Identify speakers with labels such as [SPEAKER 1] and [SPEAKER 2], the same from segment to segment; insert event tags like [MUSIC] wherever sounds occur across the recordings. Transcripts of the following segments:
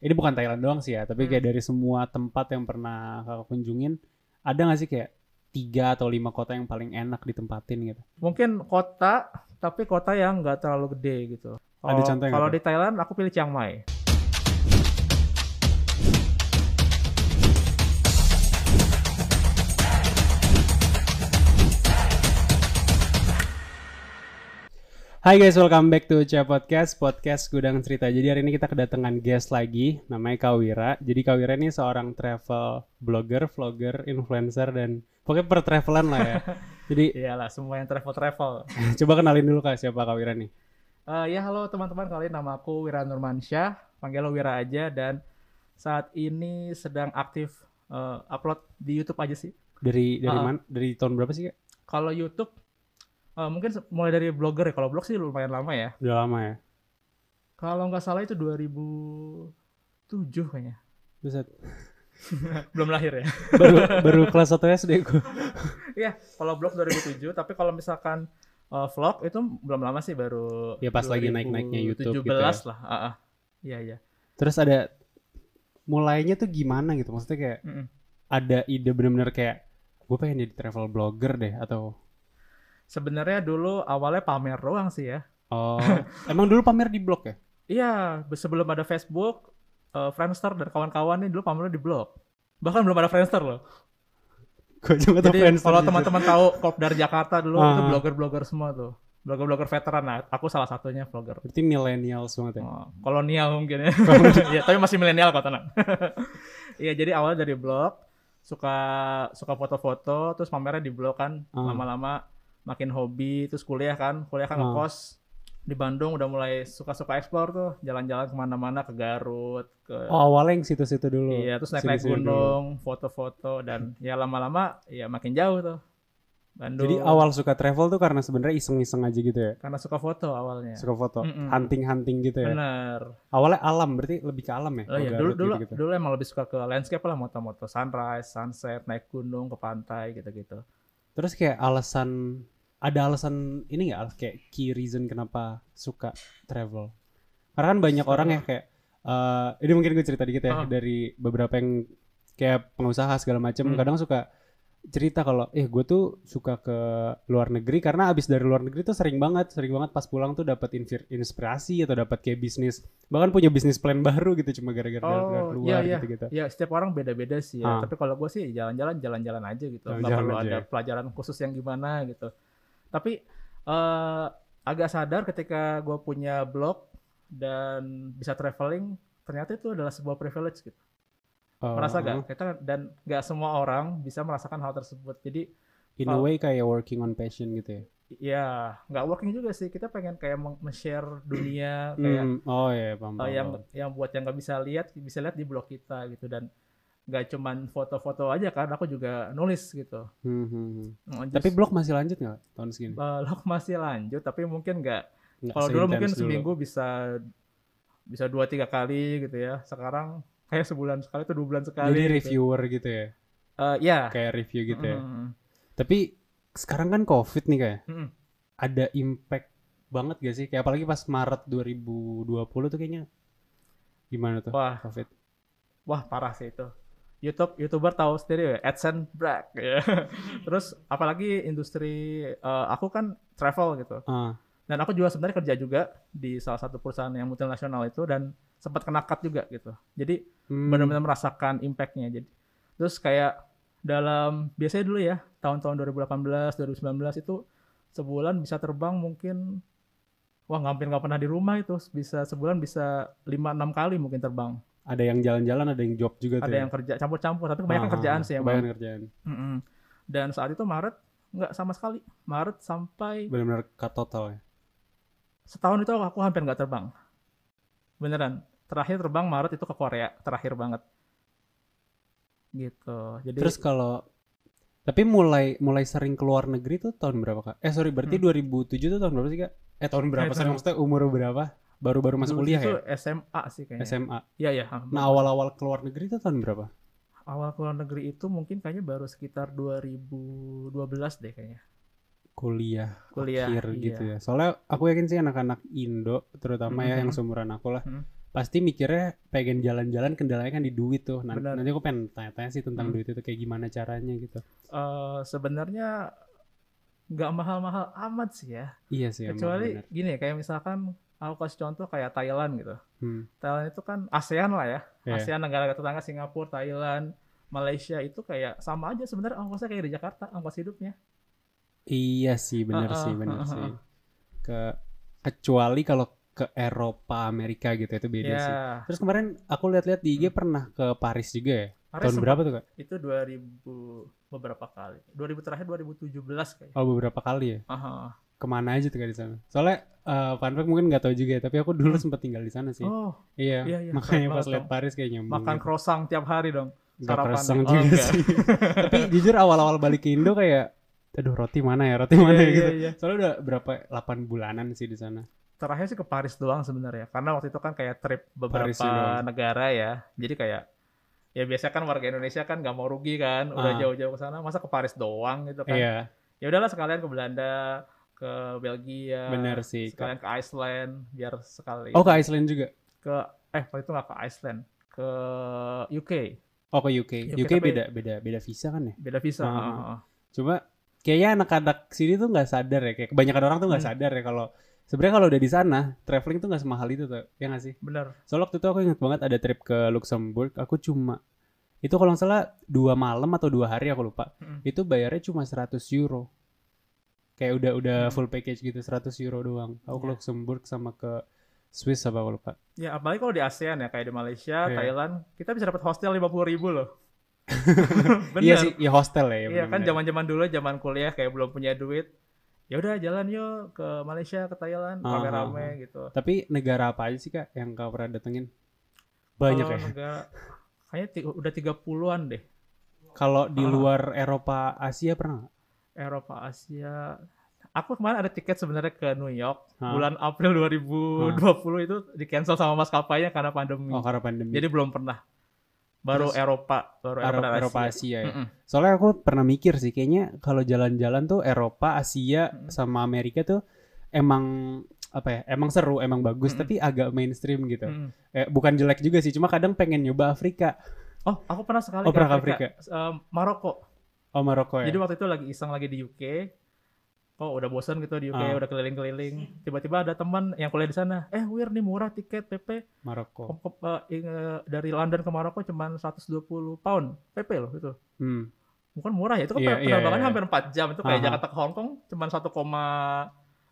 [SPEAKER 1] ini bukan Thailand doang sih ya, tapi kayak dari semua tempat yang pernah kakak kunjungin, ada nggak sih kayak tiga atau lima kota yang paling enak ditempatin gitu?
[SPEAKER 2] Mungkin kota, tapi kota yang nggak terlalu gede gitu.
[SPEAKER 1] Ada
[SPEAKER 2] Kalau-
[SPEAKER 1] contoh yang
[SPEAKER 2] Kalau
[SPEAKER 1] apa?
[SPEAKER 2] di Thailand aku pilih Chiang Mai.
[SPEAKER 1] Hai guys, welcome back to Uca Podcast, podcast Gudang Cerita. Jadi hari ini kita kedatangan guest lagi, namanya Kawira. Jadi Kawira ini seorang travel blogger, vlogger, influencer, dan pokoknya pertravelan lah ya. Jadi
[SPEAKER 2] Iyalah, semua yang travel-travel.
[SPEAKER 1] [LAUGHS] coba kenalin dulu kak siapa Kawira nih.
[SPEAKER 2] Eh, ya halo teman-teman, kali ini nama aku Wira Nurmansyah, panggil lo Wira aja dan saat ini sedang aktif eh, upload di YouTube aja sih.
[SPEAKER 1] Dari dari
[SPEAKER 2] Ah.
[SPEAKER 1] mana? Dari tahun berapa sih kak?
[SPEAKER 2] Kalau YouTube eh, mungkin se- mulai dari blogger ya. Kalau blog sih lumayan lama ya.
[SPEAKER 1] Udah lama ya.
[SPEAKER 2] Kalau nggak salah itu 2007 kayaknya.
[SPEAKER 1] Buset.
[SPEAKER 2] Belum lahir ya.
[SPEAKER 1] Baru baru kelas 1 SD gue.
[SPEAKER 2] Iya, kalau blog 2007, tapi kalau misalkan eh, vlog itu belum lama sih baru
[SPEAKER 1] Ya, pas lagi naik-naiknya YouTube gitu
[SPEAKER 2] 2017 lah. ah, ah. Iya, iya.
[SPEAKER 1] Terus ada mulainya tuh gimana gitu? Maksudnya kayak
[SPEAKER 2] Mm-mm.
[SPEAKER 1] ada ide bener-bener kayak gue pengen jadi travel blogger deh atau
[SPEAKER 2] Sebenarnya dulu awalnya pamer doang sih ya. [LAUGHS]
[SPEAKER 1] oh emang dulu pamer di blog ya? [LAUGHS]
[SPEAKER 2] Iya, sebelum ada Facebook, eh, Friendster dan kawan-kawan nih dulu pamernya di blog. Bahkan belum ada Friendster loh.
[SPEAKER 1] Gue juga tuh
[SPEAKER 2] Jadi
[SPEAKER 1] friends
[SPEAKER 2] kalau
[SPEAKER 1] list.
[SPEAKER 2] teman-teman tahu Kopdar Jakarta dulu itu
[SPEAKER 1] Ah.
[SPEAKER 2] blogger-blogger semua tuh. Blogger-blogger veteran. Nah, aku salah satunya blogger.
[SPEAKER 1] berarti milenial banget ya.
[SPEAKER 2] Oh, kolonial mungkin ya. [LAUGHS] ya tapi masih milenial kok tenang. [LAUGHS] Iya jadi awalnya dari blog suka suka foto-foto terus pamernya di blog kan
[SPEAKER 1] Ah.
[SPEAKER 2] lama-lama makin hobi terus kuliah kan kuliah
[SPEAKER 1] Ah.
[SPEAKER 2] kan ngekos di Bandung udah mulai suka-suka explore tuh jalan-jalan kemana-mana ke Garut ke
[SPEAKER 1] Oh, awalnya yang situ-situ dulu.
[SPEAKER 2] iya terus naik-naik
[SPEAKER 1] Sini-sini dulu.
[SPEAKER 2] gunung foto-foto dan ya lama-lama ya makin jauh tuh Bandung
[SPEAKER 1] Jadi awal suka travel tuh karena sebenarnya iseng-iseng aja gitu ya.
[SPEAKER 2] karena suka foto awalnya
[SPEAKER 1] Suka foto,
[SPEAKER 2] Iya. Mm-mm.
[SPEAKER 1] hunting-hunting gitu ya.
[SPEAKER 2] bener
[SPEAKER 1] Awalnya alam berarti lebih ke alam ya.
[SPEAKER 2] Oh
[SPEAKER 1] kalau
[SPEAKER 2] iya, dulu
[SPEAKER 1] Garut
[SPEAKER 2] dulu
[SPEAKER 1] gitu-gitu.
[SPEAKER 2] dulu emang lebih suka ke landscape lah, moto-moto sunrise, sunset, naik gunung ke pantai gitu-gitu.
[SPEAKER 1] Terus kayak alasan ada alasan ini nggak Alf? kayak key reason kenapa suka travel? Karena kan banyak orang ya kayak eh ini mungkin gue cerita dikit ya
[SPEAKER 2] Ah.
[SPEAKER 1] dari beberapa yang kayak pengusaha segala macam
[SPEAKER 2] Hmm.
[SPEAKER 1] kadang suka cerita kalau eh gue tuh suka ke luar negeri karena abis dari luar negeri tuh sering banget sering banget pas pulang tuh dapat infir- inspirasi atau dapat kayak bisnis bahkan punya bisnis plan [LAUGHS] baru gitu cuma gara-gara dari
[SPEAKER 2] Oh,
[SPEAKER 1] luar
[SPEAKER 2] iya, iya.
[SPEAKER 1] gitu-gitu
[SPEAKER 2] Ya setiap orang beda-beda sih
[SPEAKER 1] Ah.
[SPEAKER 2] ya. Tapi kalau gue sih jalan-jalan jalan-jalan aja gitu. Nggak
[SPEAKER 1] Jalan-jalan
[SPEAKER 2] perlu
[SPEAKER 1] aja
[SPEAKER 2] ada
[SPEAKER 1] ya.
[SPEAKER 2] pelajaran khusus yang gimana gitu. Tapi eh, agak sadar ketika gue punya blog dan bisa traveling, ternyata itu adalah sebuah privilege gitu.
[SPEAKER 1] Oh,
[SPEAKER 2] Merasa gak? Kita dan nggak semua orang bisa merasakan hal tersebut. Jadi
[SPEAKER 1] in a way kayak working on passion gitu ya
[SPEAKER 2] ya nggak working juga sih. Kita pengen kayak meng- share dunia kayak
[SPEAKER 1] Hmm, oh ya paham,
[SPEAKER 2] Oh,
[SPEAKER 1] paham,
[SPEAKER 2] yang
[SPEAKER 1] paham.
[SPEAKER 2] yang buat yang nggak bisa lihat bisa lihat di blog kita gitu dan nggak cuman foto-foto aja kan aku juga nulis gitu
[SPEAKER 1] Hmm, hmm, hmm.
[SPEAKER 2] Nge-
[SPEAKER 1] Tapi
[SPEAKER 2] just-
[SPEAKER 1] blog masih lanjut nggak tahun segini?
[SPEAKER 2] [LAUGHS] blog masih lanjut tapi mungkin nggak
[SPEAKER 1] Nggak
[SPEAKER 2] kalau dulu
[SPEAKER 1] seintens
[SPEAKER 2] mungkin seminggu bisa bisa dua tiga kali gitu ya sekarang kayak sebulan sekali tuh dua bulan sekali
[SPEAKER 1] Jadi
[SPEAKER 2] gitu.
[SPEAKER 1] reviewer gitu ya,
[SPEAKER 2] Eh, ya
[SPEAKER 1] kayak review gitu ya.
[SPEAKER 2] Mm,
[SPEAKER 1] Tapi sekarang kan COVID nih kayak,
[SPEAKER 2] mm, mm.
[SPEAKER 1] ada impact banget gak sih? Kayak apalagi pas Maret 2020 tuh kayaknya gimana tuh
[SPEAKER 2] wah
[SPEAKER 1] COVID?
[SPEAKER 2] wah parah sih itu YouTube youtuber tahu sendiri ya, AdSense black ya. [LAUGHS] terus apalagi industri eh, aku kan travel gitu
[SPEAKER 1] Ah,
[SPEAKER 2] dan aku juga sebenarnya kerja juga di salah satu perusahaan yang multinasional itu dan sempat kena cut juga gitu jadi
[SPEAKER 1] hmm,
[SPEAKER 2] benar-benar merasakan impactnya jadi terus kayak dalam biasanya dulu ya tahun-tahun 2018 2019 itu sebulan bisa terbang mungkin wah hampir nggak pernah di rumah itu bisa sebulan bisa 5-6 kali mungkin terbang
[SPEAKER 1] Ada yang jalan-jalan, ada yang job juga tuh. ya? Ah,
[SPEAKER 2] ada yang kerja campur-campur tapi kebanyakan kerjaan sih emang
[SPEAKER 1] Banyak kerjaan.
[SPEAKER 2] Mm-mm. dan saat itu Maret nggak sama sekali Maret sampai
[SPEAKER 1] Benar-benar cut total ya.
[SPEAKER 2] setahun itu aku, aku hampir nggak terbang beneran terakhir terbang Maret itu ke Korea terakhir banget gitu jadi
[SPEAKER 1] Terus kalau tapi mulai mulai sering keluar negeri tuh tahun berapa kak? Eh sorry berarti 2007 tuh tahun berapa sih kak? Eh tahun berapa?
[SPEAKER 2] Hmm. Eh,
[SPEAKER 1] Sorry
[SPEAKER 2] tahun-
[SPEAKER 1] maksudnya umur berapa? Baru-baru masuk
[SPEAKER 2] dulu
[SPEAKER 1] kuliah
[SPEAKER 2] itu
[SPEAKER 1] ya?
[SPEAKER 2] SMA sih kayaknya
[SPEAKER 1] SMA.
[SPEAKER 2] iya iya
[SPEAKER 1] Nah awal-awal keluar negeri tuh tahun berapa?
[SPEAKER 2] awal keluar negeri itu mungkin kayaknya baru sekitar 2012 deh kayaknya
[SPEAKER 1] Kuliah,
[SPEAKER 2] kuliah
[SPEAKER 1] akhir
[SPEAKER 2] iya.
[SPEAKER 1] gitu ya. Soalnya aku yakin sih anak-anak Indo terutama ya yang
[SPEAKER 2] Mhm.
[SPEAKER 1] seumuran aku lah
[SPEAKER 2] Mhm.
[SPEAKER 1] pasti mikirnya pengen jalan-jalan kendalanya kan di duit tuh. Nanti,
[SPEAKER 2] Benar.
[SPEAKER 1] nanti aku pengen tanya-tanya sih tentang
[SPEAKER 2] Hmm.
[SPEAKER 1] duit itu kayak gimana caranya gitu.
[SPEAKER 2] Eh, sebenarnya nggak mahal-mahal amat sih ya.
[SPEAKER 1] Iya sih emang
[SPEAKER 2] Kecuali
[SPEAKER 1] benar.
[SPEAKER 2] gini ya, kayak misalkan aku kasih contoh kayak Thailand gitu.
[SPEAKER 1] Hmm.
[SPEAKER 2] Thailand itu kan ASEAN lah ya.
[SPEAKER 1] Iya.
[SPEAKER 2] ASEAN negara tetangga Singapura, Thailand, Malaysia itu kayak sama aja sebenarnya ongkosnya kayak di Jakarta, ongkos hidupnya.
[SPEAKER 1] Iya sih benar
[SPEAKER 2] Heeh,
[SPEAKER 1] sih benar
[SPEAKER 2] heeh,
[SPEAKER 1] sih.
[SPEAKER 2] heeh.
[SPEAKER 1] Ke kecuali kalau ke Eropa Amerika gitu itu beda
[SPEAKER 2] Ya,
[SPEAKER 1] sih. Terus kemarin aku lihat-lihat di IG pernah ke Paris juga ya.
[SPEAKER 2] Hmm. Paris
[SPEAKER 1] Tahun
[SPEAKER 2] sempat-
[SPEAKER 1] berapa tuh kak?
[SPEAKER 2] Itu 2000 beberapa kali. 2000 terakhir 2017 kayak.
[SPEAKER 1] Oh beberapa kali ya.
[SPEAKER 2] Aha.
[SPEAKER 1] Kemana aja tuh kak di sana? Soalnya eh fun fact mungkin nggak tahu juga ya. Tapi aku dulu sempat tinggal di sana sih.
[SPEAKER 2] Hmm. Oh,
[SPEAKER 1] iya.
[SPEAKER 2] iya iya.
[SPEAKER 1] Makanya
[SPEAKER 2] keren
[SPEAKER 1] pas
[SPEAKER 2] banget
[SPEAKER 1] lihat
[SPEAKER 2] dong.
[SPEAKER 1] Paris kayak nyambung.
[SPEAKER 2] makan croissant tiap hari
[SPEAKER 1] [LAUGHS]
[SPEAKER 2] dong.
[SPEAKER 1] Gak
[SPEAKER 2] sarapan.
[SPEAKER 1] kereseng
[SPEAKER 2] Oh,
[SPEAKER 1] juga
[SPEAKER 2] enggak.
[SPEAKER 1] sih. [LAUGHS] Tapi jujur awal-awal balik ke Indo kayak, aduh roti mana ya, roti mana ya
[SPEAKER 2] Iya,
[SPEAKER 1] gitu.
[SPEAKER 2] iya, iya.
[SPEAKER 1] Soalnya udah berapa 8 bulanan sih di sana.
[SPEAKER 2] Terakhir sih ke Paris doang sebenarnya. Karena waktu itu kan kayak trip beberapa
[SPEAKER 1] Paris doang.
[SPEAKER 2] negara ya. Jadi kayak ya biasa kan warga Indonesia kan nggak mau rugi kan,
[SPEAKER 1] Ah.
[SPEAKER 2] udah jauh-jauh ke sana, masa ke Paris doang gitu kan.
[SPEAKER 1] Iya,
[SPEAKER 2] Ya udahlah sekalian ke Belanda, ke Belgia,
[SPEAKER 1] bener sih. Kak.
[SPEAKER 2] sekalian ke Iceland biar
[SPEAKER 1] Iya.
[SPEAKER 2] sekali
[SPEAKER 1] Oh ke Iceland juga?
[SPEAKER 2] ke eh waktu itu nggak ke Iceland, ke UK,
[SPEAKER 1] Oh ke UK.
[SPEAKER 2] UK,
[SPEAKER 1] UK
[SPEAKER 2] tapi-
[SPEAKER 1] beda beda beda visa kan ya.
[SPEAKER 2] beda visa.
[SPEAKER 1] Ah.
[SPEAKER 2] Heeh.
[SPEAKER 1] Cuma kayaknya anak-anak sini tuh nggak sadar ya, kayak kebanyakan orang tuh nggak
[SPEAKER 2] Hmm.
[SPEAKER 1] sadar ya kalau sebenarnya kalau udah di sana traveling tuh nggak semahal itu tuh, ya nggak sih?
[SPEAKER 2] Bener.
[SPEAKER 1] Soalnya waktu itu aku ingat banget ada trip ke Luxembourg, aku cuma itu kalau nggak salah dua malam atau dua hari aku lupa.
[SPEAKER 2] Mm.
[SPEAKER 1] Itu bayarnya cuma 100 euro. Kayak udah udah
[SPEAKER 2] Hmm.
[SPEAKER 1] full package gitu 100 euro doang. Aku ke
[SPEAKER 2] Iya.
[SPEAKER 1] Luxembourg sama ke Swiss apa aku lupa.
[SPEAKER 2] Ya apalagi kalau di ASEAN ya kayak di Malaysia,
[SPEAKER 1] Iya.
[SPEAKER 2] Thailand, kita bisa dapat hostel 50.000 ribu
[SPEAKER 1] [LAUGHS]
[SPEAKER 2] loh. Bener.
[SPEAKER 1] Iya sih, ya hostel ya.
[SPEAKER 2] Iya kan
[SPEAKER 1] bener-bener.
[SPEAKER 2] zaman-zaman dulu zaman kuliah kayak belum punya duit. Ya udah jalan yuk ke Malaysia, ke Thailand,
[SPEAKER 1] Ah,
[SPEAKER 2] rame-rame
[SPEAKER 1] ah,
[SPEAKER 2] gitu.
[SPEAKER 1] Tapi negara apa aja sih Kak yang kau pernah datengin? Banyak
[SPEAKER 2] Kalau
[SPEAKER 1] ya.
[SPEAKER 2] negara kayaknya ti- udah 30-an deh.
[SPEAKER 1] Kalau di
[SPEAKER 2] Ah.
[SPEAKER 1] luar Eropa, Asia pernah nggak?
[SPEAKER 2] Eropa, Asia. Aku kemarin ada tiket sebenarnya ke New York
[SPEAKER 1] Hah?
[SPEAKER 2] bulan
[SPEAKER 1] Ah.
[SPEAKER 2] April 2020 itu di cancel sama maskapainya karena pandemi.
[SPEAKER 1] Oh, karena pandemi.
[SPEAKER 2] Jadi belum pernah. Baru
[SPEAKER 1] Terus,
[SPEAKER 2] Eropa, baru Eropa,
[SPEAKER 1] Eropa,
[SPEAKER 2] dan
[SPEAKER 1] Eropa
[SPEAKER 2] Asia.
[SPEAKER 1] Asia ya.
[SPEAKER 2] Mm-mm.
[SPEAKER 1] Soalnya aku pernah mikir sih kayaknya kalau jalan-jalan tuh Eropa, Asia
[SPEAKER 2] Mm.
[SPEAKER 1] sama Amerika tuh emang apa ya? Emang seru, emang bagus,
[SPEAKER 2] Mm-mm. Mm.
[SPEAKER 1] tapi agak mainstream gitu.
[SPEAKER 2] Mm-mm.
[SPEAKER 1] Eh, bukan jelek juga sih, cuma kadang pengen nyoba Afrika.
[SPEAKER 2] Oh, aku pernah sekali
[SPEAKER 1] Oh,
[SPEAKER 2] ke
[SPEAKER 1] pernah ke
[SPEAKER 2] Em, Maroko.
[SPEAKER 1] Oh Maroko ya.
[SPEAKER 2] Jadi waktu itu lagi iseng lagi di UK. Oh, udah bosan gitu di
[SPEAKER 1] Ah.
[SPEAKER 2] UK, udah keliling-keliling. Tiba-tiba ada teman yang kuliah di sana. Eh, wir nih murah tiket PP
[SPEAKER 1] Maroko.
[SPEAKER 2] Kom- kom- eh, ing- eh, dari London ke Maroko cuman 120 pound PP loh gitu.
[SPEAKER 1] Hmm.
[SPEAKER 2] Bukan murah ya, itu kan
[SPEAKER 1] Iya, iya,
[SPEAKER 2] penerbangannya
[SPEAKER 1] iya.
[SPEAKER 2] hampir 4 jam. Itu kayak
[SPEAKER 1] Aha.
[SPEAKER 2] Jakarta ke Hong Kong cuman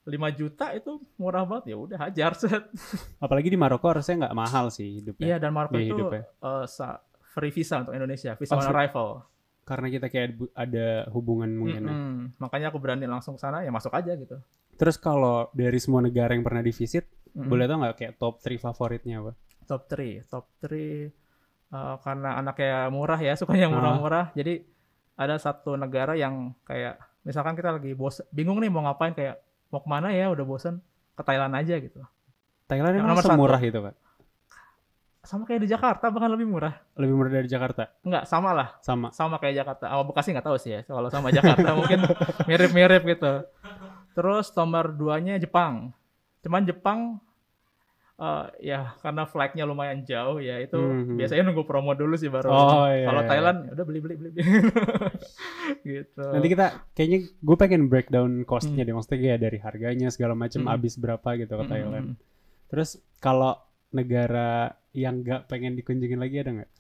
[SPEAKER 2] 1,5 juta itu murah banget. Ya udah hajar set.
[SPEAKER 1] Apalagi di Maroko harusnya nggak mahal sih hidupnya.
[SPEAKER 2] Iya, dan Maroko
[SPEAKER 1] biaya
[SPEAKER 2] itu
[SPEAKER 1] hidupnya.
[SPEAKER 2] eh, sa- free visa untuk Indonesia, visa
[SPEAKER 1] Oh,
[SPEAKER 2] on
[SPEAKER 1] free-
[SPEAKER 2] arrival.
[SPEAKER 1] Karena kita kayak bu- ada hubungan mungkin. ya.
[SPEAKER 2] Mm-mm. Makanya aku berani langsung ke sana, ya masuk aja gitu.
[SPEAKER 1] Terus kalau dari semua negara yang pernah divisit,
[SPEAKER 2] Mm-mm.
[SPEAKER 1] boleh tau nggak kayak top 3 favoritnya apa?
[SPEAKER 2] top 3 top 3 uh, karena anaknya murah ya sukanya yang murah-murah jadi ada satu negara yang kayak misalkan kita lagi bos bingung nih mau ngapain kayak mau kemana ya udah bosen ke Thailand aja gitu
[SPEAKER 1] Thailand
[SPEAKER 2] Yang
[SPEAKER 1] emang
[SPEAKER 2] nomor satu.
[SPEAKER 1] semurah gitu pak?
[SPEAKER 2] sama kayak di Jakarta bahkan lebih murah
[SPEAKER 1] Lebih murah dari Jakarta?
[SPEAKER 2] enggak sama lah
[SPEAKER 1] Sama.
[SPEAKER 2] sama kayak Jakarta awal Bekasi nggak tahu sih ya kalau sama Jakarta [LAUGHS] mungkin mirip-mirip gitu terus nomor 2 Jepang cuman Jepang uh, ya karena flightnya lumayan jauh ya itu
[SPEAKER 1] Mhm.
[SPEAKER 2] biasanya nunggu promo dulu sih baru
[SPEAKER 1] Oh iya.
[SPEAKER 2] Kalau
[SPEAKER 1] iya.
[SPEAKER 2] Thailand ya udah beli beli [LAUGHS] beli. gitu.
[SPEAKER 1] Nanti kita kayaknya gue pengen breakdown costnya deh, maksudnya kayak dari harganya segala macam
[SPEAKER 2] Hmm.
[SPEAKER 1] habis berapa gitu ke
[SPEAKER 2] Mm. Mm-mm.
[SPEAKER 1] Thailand. Terus kalau negara yang nggak pengen dikunjungin lagi ada nggak?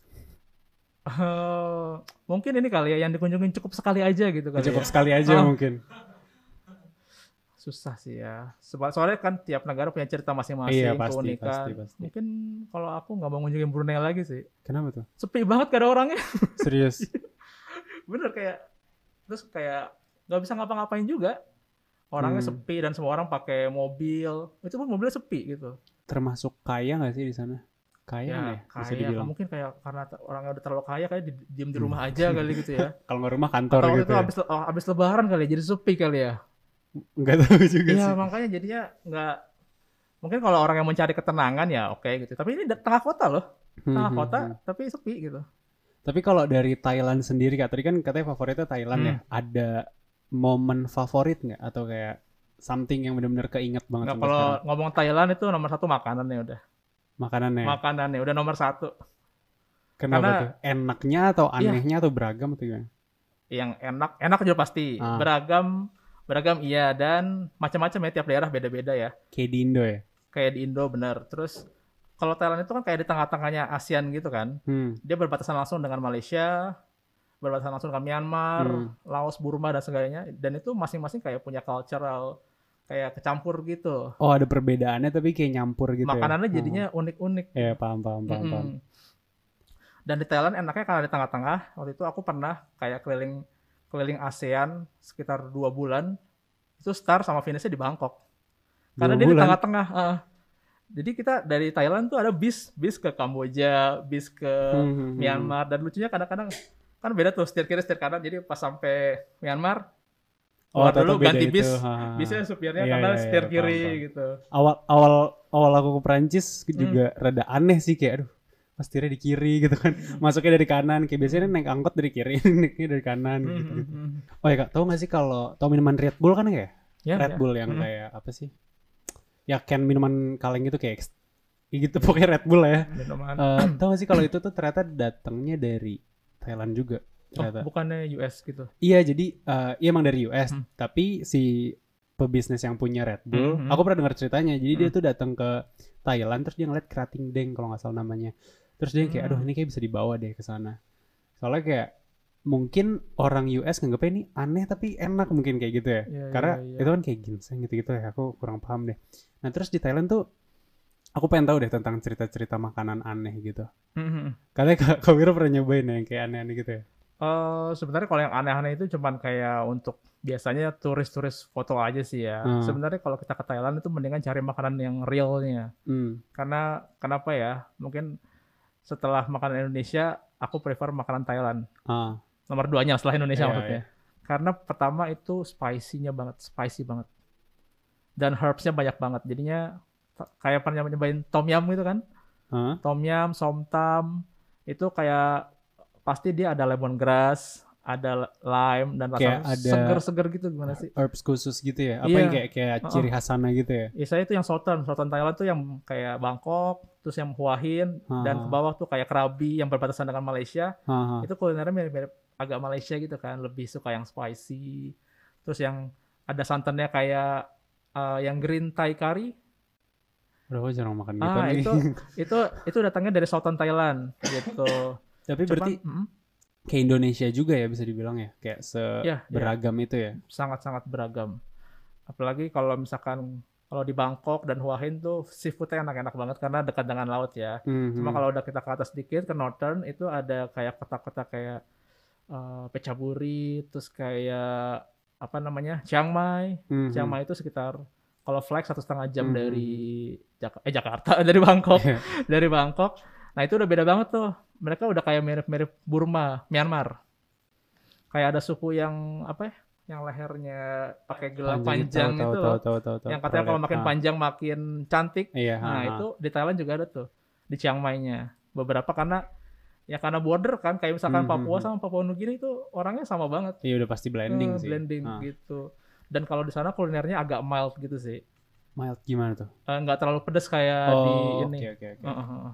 [SPEAKER 2] Eh, mungkin ini kali ya yang dikunjungin cukup sekali aja gitu kali.
[SPEAKER 1] Cukup
[SPEAKER 2] ya.
[SPEAKER 1] sekali aja
[SPEAKER 2] Ah.
[SPEAKER 1] mungkin.
[SPEAKER 2] Susah sih ya. Sebab soalnya kan tiap negara punya cerita masing-masing,
[SPEAKER 1] Iya pasti,
[SPEAKER 2] keunikan.
[SPEAKER 1] pasti pasti.
[SPEAKER 2] Mungkin kalau aku nggak mau ngunjungin Brunei lagi sih.
[SPEAKER 1] Kenapa tuh?
[SPEAKER 2] Sepi banget gak ada orangnya. [LAUGHS]
[SPEAKER 1] Serius?
[SPEAKER 2] Bener kayak terus kayak nggak bisa ngapa-ngapain juga. Orangnya
[SPEAKER 1] Hmm.
[SPEAKER 2] sepi dan semua orang pakai mobil. Itu pun mobilnya sepi gitu.
[SPEAKER 1] Termasuk kaya nggak sih di sana? Kaya nggak
[SPEAKER 2] ya
[SPEAKER 1] ya, bisa
[SPEAKER 2] kaya
[SPEAKER 1] dibilang.
[SPEAKER 2] mungkin kayak karena te- orangnya udah terlalu kaya kayak di- diem di rumah aja kali gitu
[SPEAKER 1] [LAUGHS]
[SPEAKER 2] ya
[SPEAKER 1] Kalau nggak rumah kantor
[SPEAKER 2] atau waktu
[SPEAKER 1] gitu.
[SPEAKER 2] itu
[SPEAKER 1] ya.
[SPEAKER 2] habis le- oh, habis lebaran kali ya, jadi sepi kali ya
[SPEAKER 1] Nggak tahu juga
[SPEAKER 2] iya
[SPEAKER 1] sih.
[SPEAKER 2] makanya jadinya nggak mungkin kalau orang yang mencari ketenangan ya oke gitu tapi ini da- tengah kota loh
[SPEAKER 1] Hmm,
[SPEAKER 2] tengah
[SPEAKER 1] hmm,
[SPEAKER 2] Ah, kota
[SPEAKER 1] hmm.
[SPEAKER 2] tapi sepi gitu
[SPEAKER 1] Tapi kalau dari Thailand sendiri kak, tadi kan katanya favoritnya Thailand ya.
[SPEAKER 2] Hmm.
[SPEAKER 1] Ada momen favorit nggak atau kayak something yang benar-benar keinget banget
[SPEAKER 2] nggak
[SPEAKER 1] sampai
[SPEAKER 2] kalau
[SPEAKER 1] sekarang?
[SPEAKER 2] ngomong Thailand itu nomor satu makanannya ya udah
[SPEAKER 1] makanannya. ya?
[SPEAKER 2] makanannya udah nomor satu
[SPEAKER 1] Kenapa
[SPEAKER 2] karena- Iya.
[SPEAKER 1] tuh? Enaknya atau anehnya atau beragam atau gimana?
[SPEAKER 2] yang enak enak aja pasti
[SPEAKER 1] Ah.
[SPEAKER 2] beragam beragam iya dan macam-macam ya tiap daerah beda-beda ya
[SPEAKER 1] Kayak di Indo ya?
[SPEAKER 2] kayak di Indo bener terus kalau Thailand itu kan kayak di tengah-tengahnya ASEAN gitu kan
[SPEAKER 1] Hmm.
[SPEAKER 2] dia berbatasan langsung dengan Malaysia berbatasan langsung dengan Myanmar
[SPEAKER 1] Hmm.
[SPEAKER 2] Laos Burma dan segalanya dan itu masing-masing kayak punya cultural kayak kecampur gitu
[SPEAKER 1] Oh ada perbedaannya tapi kayak nyampur gitu
[SPEAKER 2] makanannya
[SPEAKER 1] ya? Hmm.
[SPEAKER 2] jadinya unik-unik
[SPEAKER 1] Ya paham, paham, paham,
[SPEAKER 2] Mm-mm.
[SPEAKER 1] paham.
[SPEAKER 2] Dan di Thailand enaknya karena di tengah-tengah. Waktu itu aku pernah kayak keliling keliling ASEAN sekitar dua bulan. Itu start sama finishnya di Bangkok. Karena
[SPEAKER 1] Dua
[SPEAKER 2] dia di
[SPEAKER 1] bulan.
[SPEAKER 2] tengah-tengah. ah. jadi kita dari Thailand tuh ada bis bis ke Kamboja, bis ke
[SPEAKER 1] Hmm, hmm, hmm.
[SPEAKER 2] Myanmar. Dan lucunya kadang-kadang kan beda tuh setir kiri setir kanan. Jadi pas sampai Myanmar
[SPEAKER 1] Oh,
[SPEAKER 2] keluar
[SPEAKER 1] atau
[SPEAKER 2] dulu
[SPEAKER 1] beda
[SPEAKER 2] ganti
[SPEAKER 1] itu.
[SPEAKER 2] bis.
[SPEAKER 1] Ha, ha, ha.
[SPEAKER 2] Bisnya supirnya
[SPEAKER 1] Iya,
[SPEAKER 2] karena
[SPEAKER 1] iya, iya,
[SPEAKER 2] setir
[SPEAKER 1] paham,
[SPEAKER 2] kiri
[SPEAKER 1] paham.
[SPEAKER 2] gitu.
[SPEAKER 1] awal awal awal aku ke Perancis juga
[SPEAKER 2] Hmm.
[SPEAKER 1] rada aneh sih kayak aduh pastirnya di kiri gitu kan
[SPEAKER 2] Hmm.
[SPEAKER 1] masuknya dari kanan kayak biasanya naik angkot dari kiri [LAUGHS] naiknya dari kanan
[SPEAKER 2] Mm,
[SPEAKER 1] gitu,
[SPEAKER 2] mm, mm.
[SPEAKER 1] oh ya kak tau gak sih kalau tau minuman Red Bull kan ya
[SPEAKER 2] Ya,
[SPEAKER 1] Red
[SPEAKER 2] ya.
[SPEAKER 1] Bull yang
[SPEAKER 2] Mm.
[SPEAKER 1] kayak apa sih ya kan minuman kaleng gitu kayak ekst- gitu [LAUGHS] pokoknya Red Bull lah ya
[SPEAKER 2] Minuman.
[SPEAKER 1] Eh, tau gak sih kalau itu tuh ternyata datangnya dari Thailand juga
[SPEAKER 2] Oh,
[SPEAKER 1] ternyata
[SPEAKER 2] bukannya US gitu.
[SPEAKER 1] Iya jadi eh, iya emang dari US
[SPEAKER 2] Hmm.
[SPEAKER 1] tapi si pebisnis yang punya Red Bull,
[SPEAKER 2] Hmm, hmm.
[SPEAKER 1] aku pernah dengar ceritanya. Jadi dia
[SPEAKER 2] Hmm.
[SPEAKER 1] tuh datang ke Thailand terus dia ngeliat kerating deng kalau nggak salah namanya. Terus dia kayak
[SPEAKER 2] Hmm.
[SPEAKER 1] aduh ini kayak bisa dibawa deh ke sana. Soalnya kayak mungkin orang US nganggapnya ini aneh tapi enak mungkin kayak gitu ya.
[SPEAKER 2] Iya,
[SPEAKER 1] Karena
[SPEAKER 2] iya, iya.
[SPEAKER 1] itu kan kayak ginseng gitu-gitu ya, aku kurang paham deh. Nah, terus di Thailand tuh aku pengen tahu deh tentang cerita-cerita makanan aneh gitu.
[SPEAKER 2] Mhm.
[SPEAKER 1] Katanya Kak, Kak Wiro pernah nyobain ya yang kayak aneh-aneh gitu ya.
[SPEAKER 2] Eh, sebenarnya kalau yang aneh-aneh itu cuman kayak untuk biasanya turis-turis foto aja sih ya.
[SPEAKER 1] Hmm.
[SPEAKER 2] Sebenarnya kalau kita ke Thailand itu mendingan cari makanan yang realnya.
[SPEAKER 1] Hmm.
[SPEAKER 2] Karena kenapa ya? Mungkin setelah makanan Indonesia, aku prefer makanan Thailand.
[SPEAKER 1] Ah,
[SPEAKER 2] Nomor duanya setelah
[SPEAKER 1] Iya,
[SPEAKER 2] Indonesia maksudnya. Karena pertama itu spicy-nya banget, spicy banget. Dan herbs-nya banyak banget. Jadinya t- kayak pernah nyobain tom yum gitu kan?
[SPEAKER 1] ah.
[SPEAKER 2] tom yum, somtam itu kayak pasti dia ada lemongrass, ada lime dan rasa
[SPEAKER 1] Kayak ada-
[SPEAKER 2] seger-seger gitu gimana sih?
[SPEAKER 1] herbs khusus gitu ya apa
[SPEAKER 2] Iya.
[SPEAKER 1] yang kayak kayak
[SPEAKER 2] Heeh.
[SPEAKER 1] ciri khasana gitu ya
[SPEAKER 2] Ya, saya itu yang southern, southern Thailand tuh yang kayak Bangkok, terus yang Hua Hin dan ke
[SPEAKER 1] Aha.
[SPEAKER 2] bawah tuh kayak Krabi yang berbatasan dengan Malaysia.
[SPEAKER 1] Haha.
[SPEAKER 2] Itu kulinernya mirip-mirip agak Malaysia gitu kan, lebih suka yang spicy. Terus yang ada santannya kayak eh, yang green Thai curry
[SPEAKER 1] Aduh, aku jarang makan gitu
[SPEAKER 2] ah
[SPEAKER 1] nih.
[SPEAKER 2] itu itu itu datangnya dari southern Thailand gitu.
[SPEAKER 1] [LAUGHS] tapi
[SPEAKER 2] Cuman,
[SPEAKER 1] berarti
[SPEAKER 2] mm,
[SPEAKER 1] kayak Indonesia juga ya bisa dibilang ya kayak
[SPEAKER 2] ya, ya.
[SPEAKER 1] seberagam itu ya
[SPEAKER 2] sangat-sangat beragam. Apalagi kalau misalkan kalau di Bangkok dan Hua Hin tuh seafoodnya enak-enak banget karena dekat dengan laut ya.
[SPEAKER 1] Hmm,
[SPEAKER 2] Cuma kalau udah kita ke atas dikit ke northern itu ada kayak kota-kota kayak eh, Pecaburi, terus kayak apa namanya Chiang Mai.
[SPEAKER 1] Mhm.
[SPEAKER 2] Chiang Mai itu sekitar kalau flight satu setengah jam
[SPEAKER 1] Mhm.
[SPEAKER 2] dari Jak- eh, Jakarta [LAUGHS] dari Bangkok
[SPEAKER 1] Iya.
[SPEAKER 2] dari Bangkok. Nah itu udah beda banget tuh. Mereka udah kayak mirip-mirip Burma, Myanmar. Kayak ada suku yang apa ya? Yang lehernya pakai gelang panjang,
[SPEAKER 1] gitu. tahu,
[SPEAKER 2] itu
[SPEAKER 1] tahu,
[SPEAKER 2] loh.
[SPEAKER 1] tahu, tahu, tahu,
[SPEAKER 2] yang
[SPEAKER 1] tahu.
[SPEAKER 2] katanya kalau
[SPEAKER 1] Lihat.
[SPEAKER 2] makin
[SPEAKER 1] Ah,
[SPEAKER 2] panjang makin cantik.
[SPEAKER 1] iya
[SPEAKER 2] Nah
[SPEAKER 1] ah, ah.
[SPEAKER 2] itu di Thailand juga ada tuh di Chiang Mai-nya. Beberapa karena ya karena border kan kayak misalkan
[SPEAKER 1] Hmm, hmm,
[SPEAKER 2] Papua
[SPEAKER 1] hmm.
[SPEAKER 2] sama Papua Nugini itu orangnya sama banget.
[SPEAKER 1] iya udah pasti blending
[SPEAKER 2] Eh,
[SPEAKER 1] sih
[SPEAKER 2] blending
[SPEAKER 1] Ah.
[SPEAKER 2] gitu. Dan kalau di sana kulinernya agak mild gitu sih.
[SPEAKER 1] mild gimana tuh
[SPEAKER 2] Eh, Nggak terlalu pedes kayak
[SPEAKER 1] oh
[SPEAKER 2] Nah, di
[SPEAKER 1] oke
[SPEAKER 2] ini.
[SPEAKER 1] oke oke.
[SPEAKER 2] Eh, eh, eh.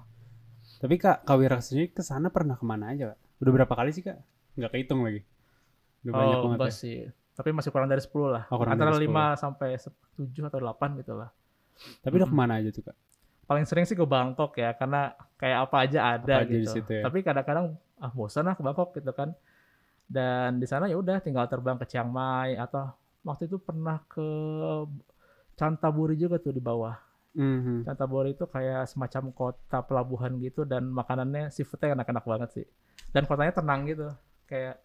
[SPEAKER 1] tapi kak Kawira sendiri kesana pernah kemana aja kak udah berapa kali sih kak nggak kehitung lagi udah banyak
[SPEAKER 2] oh,
[SPEAKER 1] banget
[SPEAKER 2] enggak
[SPEAKER 1] ya
[SPEAKER 2] sih. Tapi masih kurang dari 10 lah.
[SPEAKER 1] Oh, kurang
[SPEAKER 2] Antara
[SPEAKER 1] dari
[SPEAKER 2] 5 sampai 7 atau 8 gitu lah.
[SPEAKER 1] tapi udah
[SPEAKER 2] Mm-mm.
[SPEAKER 1] kemana aja tuh kak
[SPEAKER 2] Paling sering sih ke Bangkok ya, karena kayak apa aja ada
[SPEAKER 1] Apa aja di
[SPEAKER 2] gitu.
[SPEAKER 1] situ ya.
[SPEAKER 2] Tapi kadang-kadang ah bosan lah ke Bangkok gitu kan. Dan di sana ya udah tinggal terbang ke Chiang Mai atau waktu itu pernah ke Cantaburi juga tuh di bawah.
[SPEAKER 1] Mhm.
[SPEAKER 2] Cantaburi itu kayak semacam kota pelabuhan gitu dan makanannya seafoodnya enak-enak banget sih. Dan kotanya tenang gitu. Kayak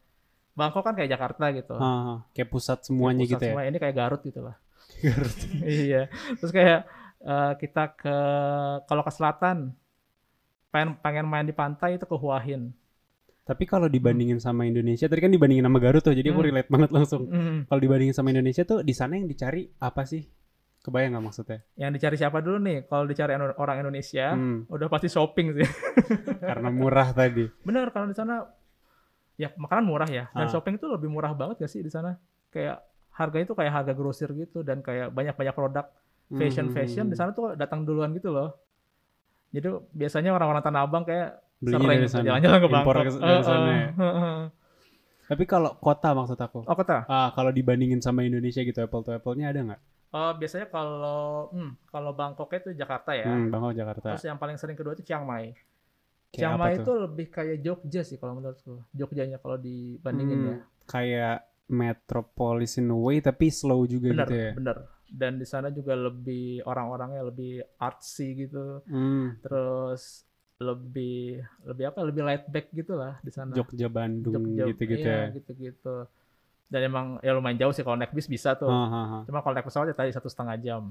[SPEAKER 2] Bangkok kan kayak Jakarta gitu.
[SPEAKER 1] Ah, kayak pusat semuanya
[SPEAKER 2] Pusat
[SPEAKER 1] gitu ya
[SPEAKER 2] semua, ini kayak Garut gitu lah.
[SPEAKER 1] [LAUGHS] Garut.
[SPEAKER 2] [LAUGHS] iya. Terus kayak eh, kita ke kalau ke selatan pengen pengen main di pantai itu ke Hua Hin.
[SPEAKER 1] Tapi kalau dibandingin sama Indonesia, tadi kan dibandingin sama Garut tuh, jadi aku
[SPEAKER 2] Hmm.
[SPEAKER 1] relate banget langsung.
[SPEAKER 2] Mm.
[SPEAKER 1] Kalau dibandingin sama Indonesia tuh, di sana yang dicari apa sih? Kebayang nggak maksudnya?
[SPEAKER 2] Yang dicari siapa dulu nih? Kalau dicari anu- orang Indonesia,
[SPEAKER 1] Hmm,
[SPEAKER 2] udah pasti shopping sih.
[SPEAKER 1] karena murah tadi.
[SPEAKER 2] [LAUGHS] Bener karena di sana ya makanan murah ya
[SPEAKER 1] Ah.
[SPEAKER 2] dan shopping itu lebih murah banget gak sih di sana? Kayak harganya itu kayak harga grosir
[SPEAKER 1] Hmm.
[SPEAKER 2] gitu dan kayak banyak-banyak produk fashion-fashion di sana tuh datang duluan gitu loh. Jadi biasanya orang-orang Tanah Abang kayak
[SPEAKER 1] Belinya
[SPEAKER 2] sering
[SPEAKER 1] dari sana.
[SPEAKER 2] jalan-jalan ke
[SPEAKER 1] Impor
[SPEAKER 2] Bangkok.
[SPEAKER 1] ke- dari
[SPEAKER 2] Eh,
[SPEAKER 1] sana
[SPEAKER 2] eh,
[SPEAKER 1] ya.
[SPEAKER 2] eh, eh.
[SPEAKER 1] Tapi kalau kota maksud aku.
[SPEAKER 2] Oh kota.
[SPEAKER 1] Ah, kalau dibandingin sama Indonesia gitu apple to apple-nya ada nggak?
[SPEAKER 2] Eh, biasanya kalau hmm, kalau Bangkoknya itu Jakarta ya.
[SPEAKER 1] Hmm, Bangkok Jakarta.
[SPEAKER 2] Terus yang paling sering kedua itu Chiang Mai.
[SPEAKER 1] Kayak
[SPEAKER 2] Chiang
[SPEAKER 1] apa
[SPEAKER 2] Mai
[SPEAKER 1] tuh?
[SPEAKER 2] itu lebih kayak Jogja sih kalau menurutku. Jogjanya kalau dibandingin
[SPEAKER 1] Hmm,
[SPEAKER 2] ya.
[SPEAKER 1] Kayak metropolis in a way tapi slow juga
[SPEAKER 2] Bener,
[SPEAKER 1] gitu ya.
[SPEAKER 2] bener. Dan di sana juga lebih orang-orangnya lebih artsy gitu.
[SPEAKER 1] Hmm,
[SPEAKER 2] Terus lebih lebih apa? Lebih laid back gitu lah di sana.
[SPEAKER 1] Jogja Bandung
[SPEAKER 2] Jogja,
[SPEAKER 1] gitu-gitu ya.
[SPEAKER 2] iya, gitu-gitu. Dan emang ya lumayan jauh sih kalau naik bis bisa tuh.
[SPEAKER 1] Ah, ah, ah.
[SPEAKER 2] Cuma kalau naik pesawat ya tadi satu setengah jam.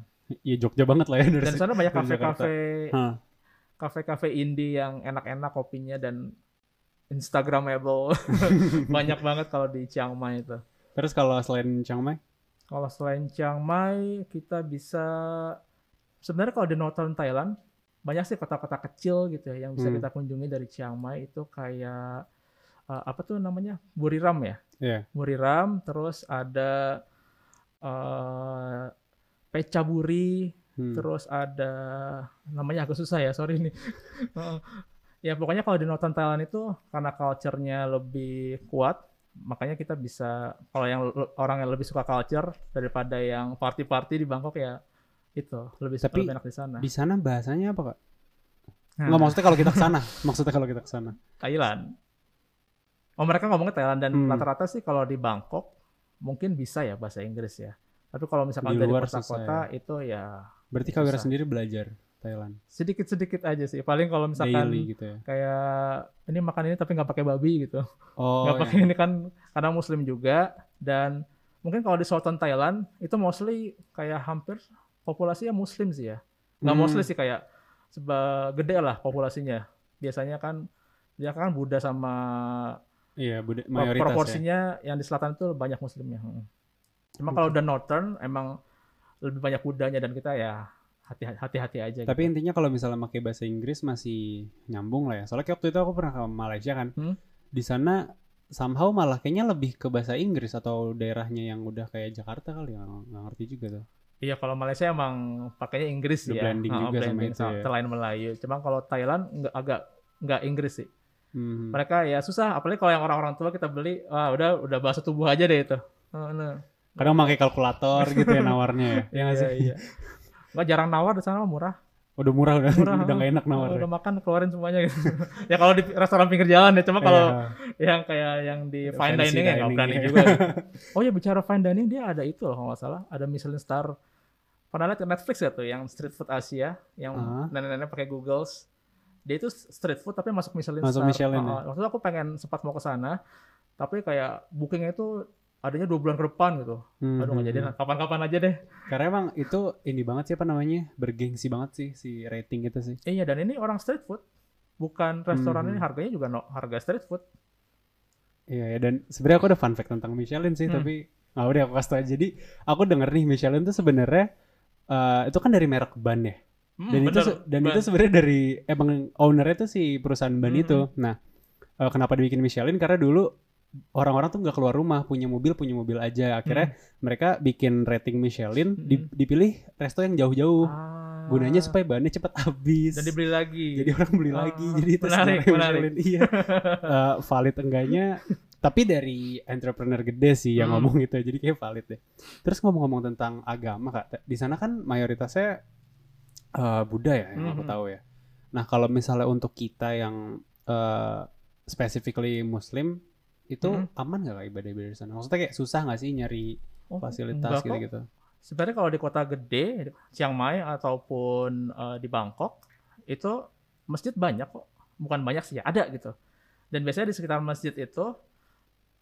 [SPEAKER 1] Iya Jogja banget lah ya dari
[SPEAKER 2] Dan di
[SPEAKER 1] sini.
[SPEAKER 2] sana
[SPEAKER 1] [LAUGHS]
[SPEAKER 2] banyak
[SPEAKER 1] dari
[SPEAKER 2] kafe-kafe
[SPEAKER 1] Hah.
[SPEAKER 2] kafe-kafe indie yang enak-enak kopinya dan Instagramable [LAUGHS] [LAUGHS] banyak banget kalau di Chiang Mai itu.
[SPEAKER 1] Terus kalau selain Chiang Mai,
[SPEAKER 2] Kalau selain Chiang Mai kita bisa sebenarnya kalau di Northern Thailand banyak sih kota-kota kecil gitu ya yang bisa
[SPEAKER 1] Hmm.
[SPEAKER 2] kita kunjungi dari Chiang Mai itu kayak eh, apa tuh namanya Buriram ya
[SPEAKER 1] Iya.
[SPEAKER 2] Buriram terus ada eh Pecaburi
[SPEAKER 1] hmm,
[SPEAKER 2] terus ada namanya agak susah ya sorry nih [LAUGHS] Heeh. ya pokoknya kalau di Northern Thailand itu karena culture-nya lebih kuat makanya kita bisa kalau yang le- orang yang lebih suka culture daripada yang party-party di Bangkok ya itu lebih
[SPEAKER 1] Tapi
[SPEAKER 2] lebih enak di sana
[SPEAKER 1] di sana bahasanya apa kak?
[SPEAKER 2] Nah,
[SPEAKER 1] Nggak maksudnya kalau kita ke sana, maksudnya kalau kita ke sana.
[SPEAKER 2] Thailand oh mereka ngomongnya Thailand dan
[SPEAKER 1] Hmm.
[SPEAKER 2] rata-rata sih kalau di Bangkok mungkin bisa ya bahasa Inggris ya tapi kalau misalkan
[SPEAKER 1] Di
[SPEAKER 2] dari
[SPEAKER 1] luar
[SPEAKER 2] kota-kota itu ya
[SPEAKER 1] Berarti Kawira
[SPEAKER 2] Susah.
[SPEAKER 1] sendiri belajar Thailand
[SPEAKER 2] sedikit-sedikit aja sih paling kalau misalkan
[SPEAKER 1] daily gitu ya.
[SPEAKER 2] kayak ini makan ini tapi nggak pakai babi gitu
[SPEAKER 1] Oh,
[SPEAKER 2] nggak
[SPEAKER 1] iya.
[SPEAKER 2] pakai ini kan karena muslim juga dan mungkin kalau di Southern Thailand itu mostly kayak hampir populasinya muslim sih ya nggak
[SPEAKER 1] Hmm,
[SPEAKER 2] mostly sih kayak seba gede lah populasinya biasanya kan dia kan Buddha sama
[SPEAKER 1] Iya, buda-
[SPEAKER 2] pro-
[SPEAKER 1] mayoritas ya.
[SPEAKER 2] oh, proporsinya yang di selatan itu banyak muslimnya Hmm. cuma kalau udah Northern emang lebih banyak Buddhanya dan kita ya hati- hati-hati aja gitu.
[SPEAKER 1] Tapi intinya kalau misalnya pakai bahasa Inggris masih nyambung lah ya. Soalnya kayak waktu itu aku pernah ke Malaysia kan.
[SPEAKER 2] Hmm.
[SPEAKER 1] Di sana somehow malah kayaknya lebih ke bahasa Inggris atau daerahnya yang udah kayak Jakarta kali ya. Nggak ngerti juga tuh.
[SPEAKER 2] Iya kalau Malaysia emang pakainya Inggris
[SPEAKER 1] The
[SPEAKER 2] sih ya.
[SPEAKER 1] blending
[SPEAKER 2] Ah,
[SPEAKER 1] juga sama itu ya.
[SPEAKER 2] selain Melayu. Cuma kalau Thailand nggak agak nggak Inggris sih.
[SPEAKER 1] Hmm.
[SPEAKER 2] Mereka ya susah. Apalagi kalau yang orang-orang tua kita beli, wah udah udah bahasa tubuh aja deh itu. Ah, nah.
[SPEAKER 1] Kadang pakai kalkulator gitu ya nawarnya ya. Iya nggak sih?
[SPEAKER 2] [LAUGHS] Iya, iya. Nggak jarang nawar di sana mah murah.
[SPEAKER 1] Udah murah udah
[SPEAKER 2] Murah,
[SPEAKER 1] udah nggak enak
[SPEAKER 2] Ah,
[SPEAKER 1] nawarnya.
[SPEAKER 2] udah makan keluarin semuanya gitu. [LAUGHS] ya kalau di restoran pinggir jalan ya. Cuma kalau
[SPEAKER 1] Iya.
[SPEAKER 2] yang Ya, kayak yang di fine
[SPEAKER 1] Fancy
[SPEAKER 2] dining ya nggak
[SPEAKER 1] dining,
[SPEAKER 2] berani
[SPEAKER 1] iya. [LAUGHS]
[SPEAKER 2] juga. gitu. Oh ya bicara fine dining dia ada itu loh kalau nggak salah. Ada Michelin star. Pernah lihat di Netflix ya tuh yang street food Asia yang
[SPEAKER 1] Ah.
[SPEAKER 2] nenek-nenek pakai Googles. Dia itu street food tapi masuk Michelin
[SPEAKER 1] Masuk
[SPEAKER 2] star.
[SPEAKER 1] Michelin,
[SPEAKER 2] Ah,
[SPEAKER 1] ya?
[SPEAKER 2] ah. Waktu itu aku pengen sempat mau ke sana tapi kayak bookingnya itu adanya dua bulan ke depan gitu.
[SPEAKER 1] Hmm,
[SPEAKER 2] Aduh nggak jadi
[SPEAKER 1] hmm, hmm.
[SPEAKER 2] kapan-kapan aja deh.
[SPEAKER 1] Karena emang itu ini banget sih apa namanya? Bergengsi banget sih si rating itu sih.
[SPEAKER 2] Iya dan ini orang street food bukan restoran
[SPEAKER 1] Hmm.
[SPEAKER 2] ini harganya juga no- harga street food.
[SPEAKER 1] Iya ya dan sebenarnya aku ada fun fact tentang Michelin sih
[SPEAKER 2] Hmm.
[SPEAKER 1] tapi ah udah aku kasih tau. Jadi aku denger nih Michelin tuh sebenarnya eh, itu kan dari merek ban ya.
[SPEAKER 2] Hmm,
[SPEAKER 1] Dan itu
[SPEAKER 2] bener.
[SPEAKER 1] se- dan
[SPEAKER 2] Ban.
[SPEAKER 1] itu sebenarnya dari emang ownernya tuh si perusahaan ban
[SPEAKER 2] Hmm.
[SPEAKER 1] itu. Nah, eh, kenapa dibikin Michelin karena dulu orang-orang tuh nggak keluar rumah, punya mobil, punya mobil aja. Akhirnya mereka bikin rating Michelin
[SPEAKER 2] Hmm.
[SPEAKER 1] di- dipilih resto yang jauh-jauh.
[SPEAKER 2] Ah.
[SPEAKER 1] uh, Gunanya supaya bannya cepat habis.
[SPEAKER 2] dan dibeli lagi.
[SPEAKER 1] jadi orang beli lagi
[SPEAKER 2] Ah,
[SPEAKER 1] jadi itu
[SPEAKER 2] menarik,
[SPEAKER 1] sebenarnya
[SPEAKER 2] menarik.
[SPEAKER 1] Michelin. iya Eh, valid enggaknya tapi dari entrepreneur gede sih yang
[SPEAKER 2] Hmm.
[SPEAKER 1] ngomong gitu jadi kayak valid deh terus ngomong-ngomong tentang agama kak t- di sana kan mayoritasnya eh, Buddha ya yang aku
[SPEAKER 2] Mhm.
[SPEAKER 1] tahu ya nah kalau misalnya untuk kita yang eh, specifically Muslim itu
[SPEAKER 2] Mhm.
[SPEAKER 1] aman gak kak ibadah-ibadah di sana maksudnya kayak susah gak sih nyari
[SPEAKER 2] Oh,
[SPEAKER 1] fasilitas
[SPEAKER 2] enggak kok.
[SPEAKER 1] gitu-gitu
[SPEAKER 2] Sebenarnya kalau di kota gede, Chiang Mai ataupun eh, di Bangkok, itu masjid banyak kok. Bukan banyak sih, ya, ada gitu. Dan biasanya di sekitar masjid itu,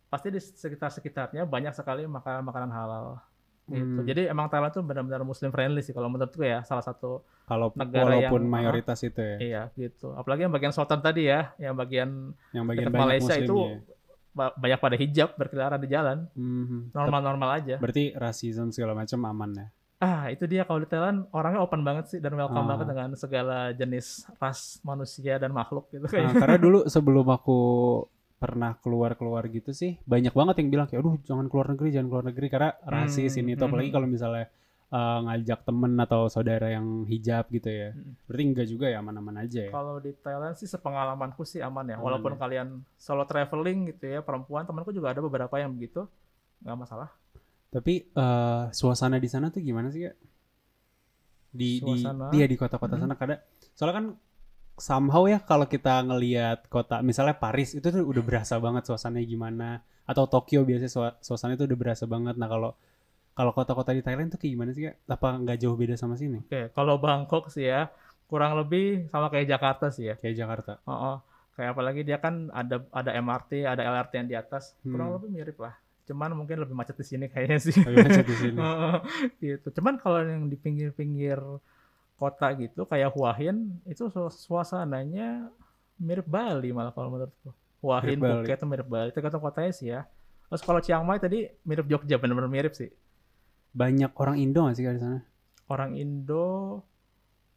[SPEAKER 2] pasti di sekitar-sekitarnya banyak sekali makanan-makanan halal. Gitu.
[SPEAKER 1] Hmm.
[SPEAKER 2] Jadi emang Thailand tuh benar-benar muslim friendly sih kalau menurutku ya salah satu
[SPEAKER 1] kalau
[SPEAKER 2] Negara
[SPEAKER 1] walaupun
[SPEAKER 2] yang-
[SPEAKER 1] mayoritas itu ya
[SPEAKER 2] iya gitu. Apalagi yang bagian selatan tadi ya, yang bagian
[SPEAKER 1] yang bagian
[SPEAKER 2] dekat
[SPEAKER 1] banyak
[SPEAKER 2] Malaysia
[SPEAKER 1] Muslim
[SPEAKER 2] itu
[SPEAKER 1] ya
[SPEAKER 2] ba- banyak pada hijab berkeliaran di jalan,
[SPEAKER 1] Mhm.
[SPEAKER 2] normal-normal aja.
[SPEAKER 1] Berarti rasisme segala macam aman ya.
[SPEAKER 2] Ah, itu dia kalau di Thailand orangnya open banget sih dan welcome
[SPEAKER 1] Ah.
[SPEAKER 2] banget dengan segala jenis ras manusia dan makhluk gitu
[SPEAKER 1] Nah,
[SPEAKER 2] kayak.
[SPEAKER 1] karena dulu sebelum aku pernah keluar-keluar gitu sih, banyak banget yang bilang kayak aduh jangan keluar negeri, jangan keluar negeri karena rasis
[SPEAKER 2] Hmm,
[SPEAKER 1] ini itu apalagi
[SPEAKER 2] mhm.
[SPEAKER 1] kalau misalnya eh, ngajak temen atau saudara yang hijab gitu ya.
[SPEAKER 2] Mm.
[SPEAKER 1] Berarti enggak juga ya aman-aman aja ya.
[SPEAKER 2] Kalau di Thailand sih sepengalamanku sih aman ya.
[SPEAKER 1] Aman
[SPEAKER 2] Walaupun
[SPEAKER 1] ya.
[SPEAKER 2] kalian solo traveling gitu ya, perempuan temanku juga ada beberapa yang begitu, nggak masalah.
[SPEAKER 1] Tapi eh, suasana di sana tuh gimana sih kak? Di di
[SPEAKER 2] Suasana? Hmm.
[SPEAKER 1] dia di kota-kota sana kadang soalnya kan somehow ya kalau kita ngelihat kota misalnya Paris itu tuh udah berasa banget suasananya gimana atau Tokyo biasanya sua- suasananya tuh udah berasa banget. Nah kalau kalau kota-kota di Thailand tuh kayak gimana sih kak? Apa nggak jauh beda sama sini?
[SPEAKER 2] Oke, kalau Bangkok sih ya kurang lebih sama kayak Jakarta sih ya.
[SPEAKER 1] Kayak Jakarta.
[SPEAKER 2] Oh, kayak apalagi dia kan ada ada MRT, ada LRT yang di atas, kurang
[SPEAKER 1] Hmm. Oh, iya.
[SPEAKER 2] lebih mirip lah. Cuman mungkin lebih macet di sini kayaknya sih. [LAUGHS]
[SPEAKER 1] Lebih macet di sini.
[SPEAKER 2] Heeh, gitu. Cuman kalau yang di pinggir-pinggir kota gitu kayak Hua Hin itu su- suasananya mirip Bali malah kalau menurutku. Hua Hin
[SPEAKER 1] Mirip Bali.
[SPEAKER 2] Phuket itu mirip Bali, tergantung kotanya sih ya. Terus kalau Chiang Mai tadi mirip Jogja, bener-bener mirip sih.
[SPEAKER 1] Banyak orang Indo nggak sih kak di sana?
[SPEAKER 2] Orang Indo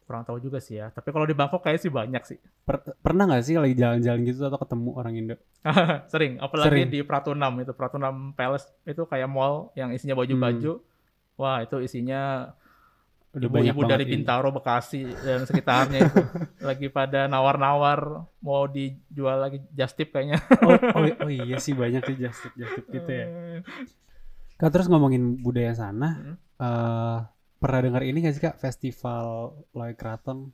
[SPEAKER 2] kurang tahu juga sih ya. Tapi kalau di Bangkok kayaknya sih banyak sih. [LAUGHS]
[SPEAKER 1] Per- pernah nggak sih lagi jalan-jalan gitu atau ketemu orang Indo?
[SPEAKER 2] Sering, apalagi
[SPEAKER 1] Sering.
[SPEAKER 2] di Pratunam itu Pratunam Palace itu kayak mall yang isinya baju-baju.
[SPEAKER 1] Hmm.
[SPEAKER 2] Wah, itu isinya ibu-ibu dari
[SPEAKER 1] banget Indo.
[SPEAKER 2] Bintaro, Bekasi dan sekitarnya
[SPEAKER 1] [LAUGHS]
[SPEAKER 2] itu lagi pada nawar-nawar mau dijual lagi just tip kayaknya.
[SPEAKER 1] Oh, oh, oh iya sih banyak sih justip justip [LAUGHS] gitu ya. Kak terus ngomongin budaya sana,
[SPEAKER 2] Hmm.
[SPEAKER 1] eh, pernah dengar ini gak sih kak festival Loy Kraton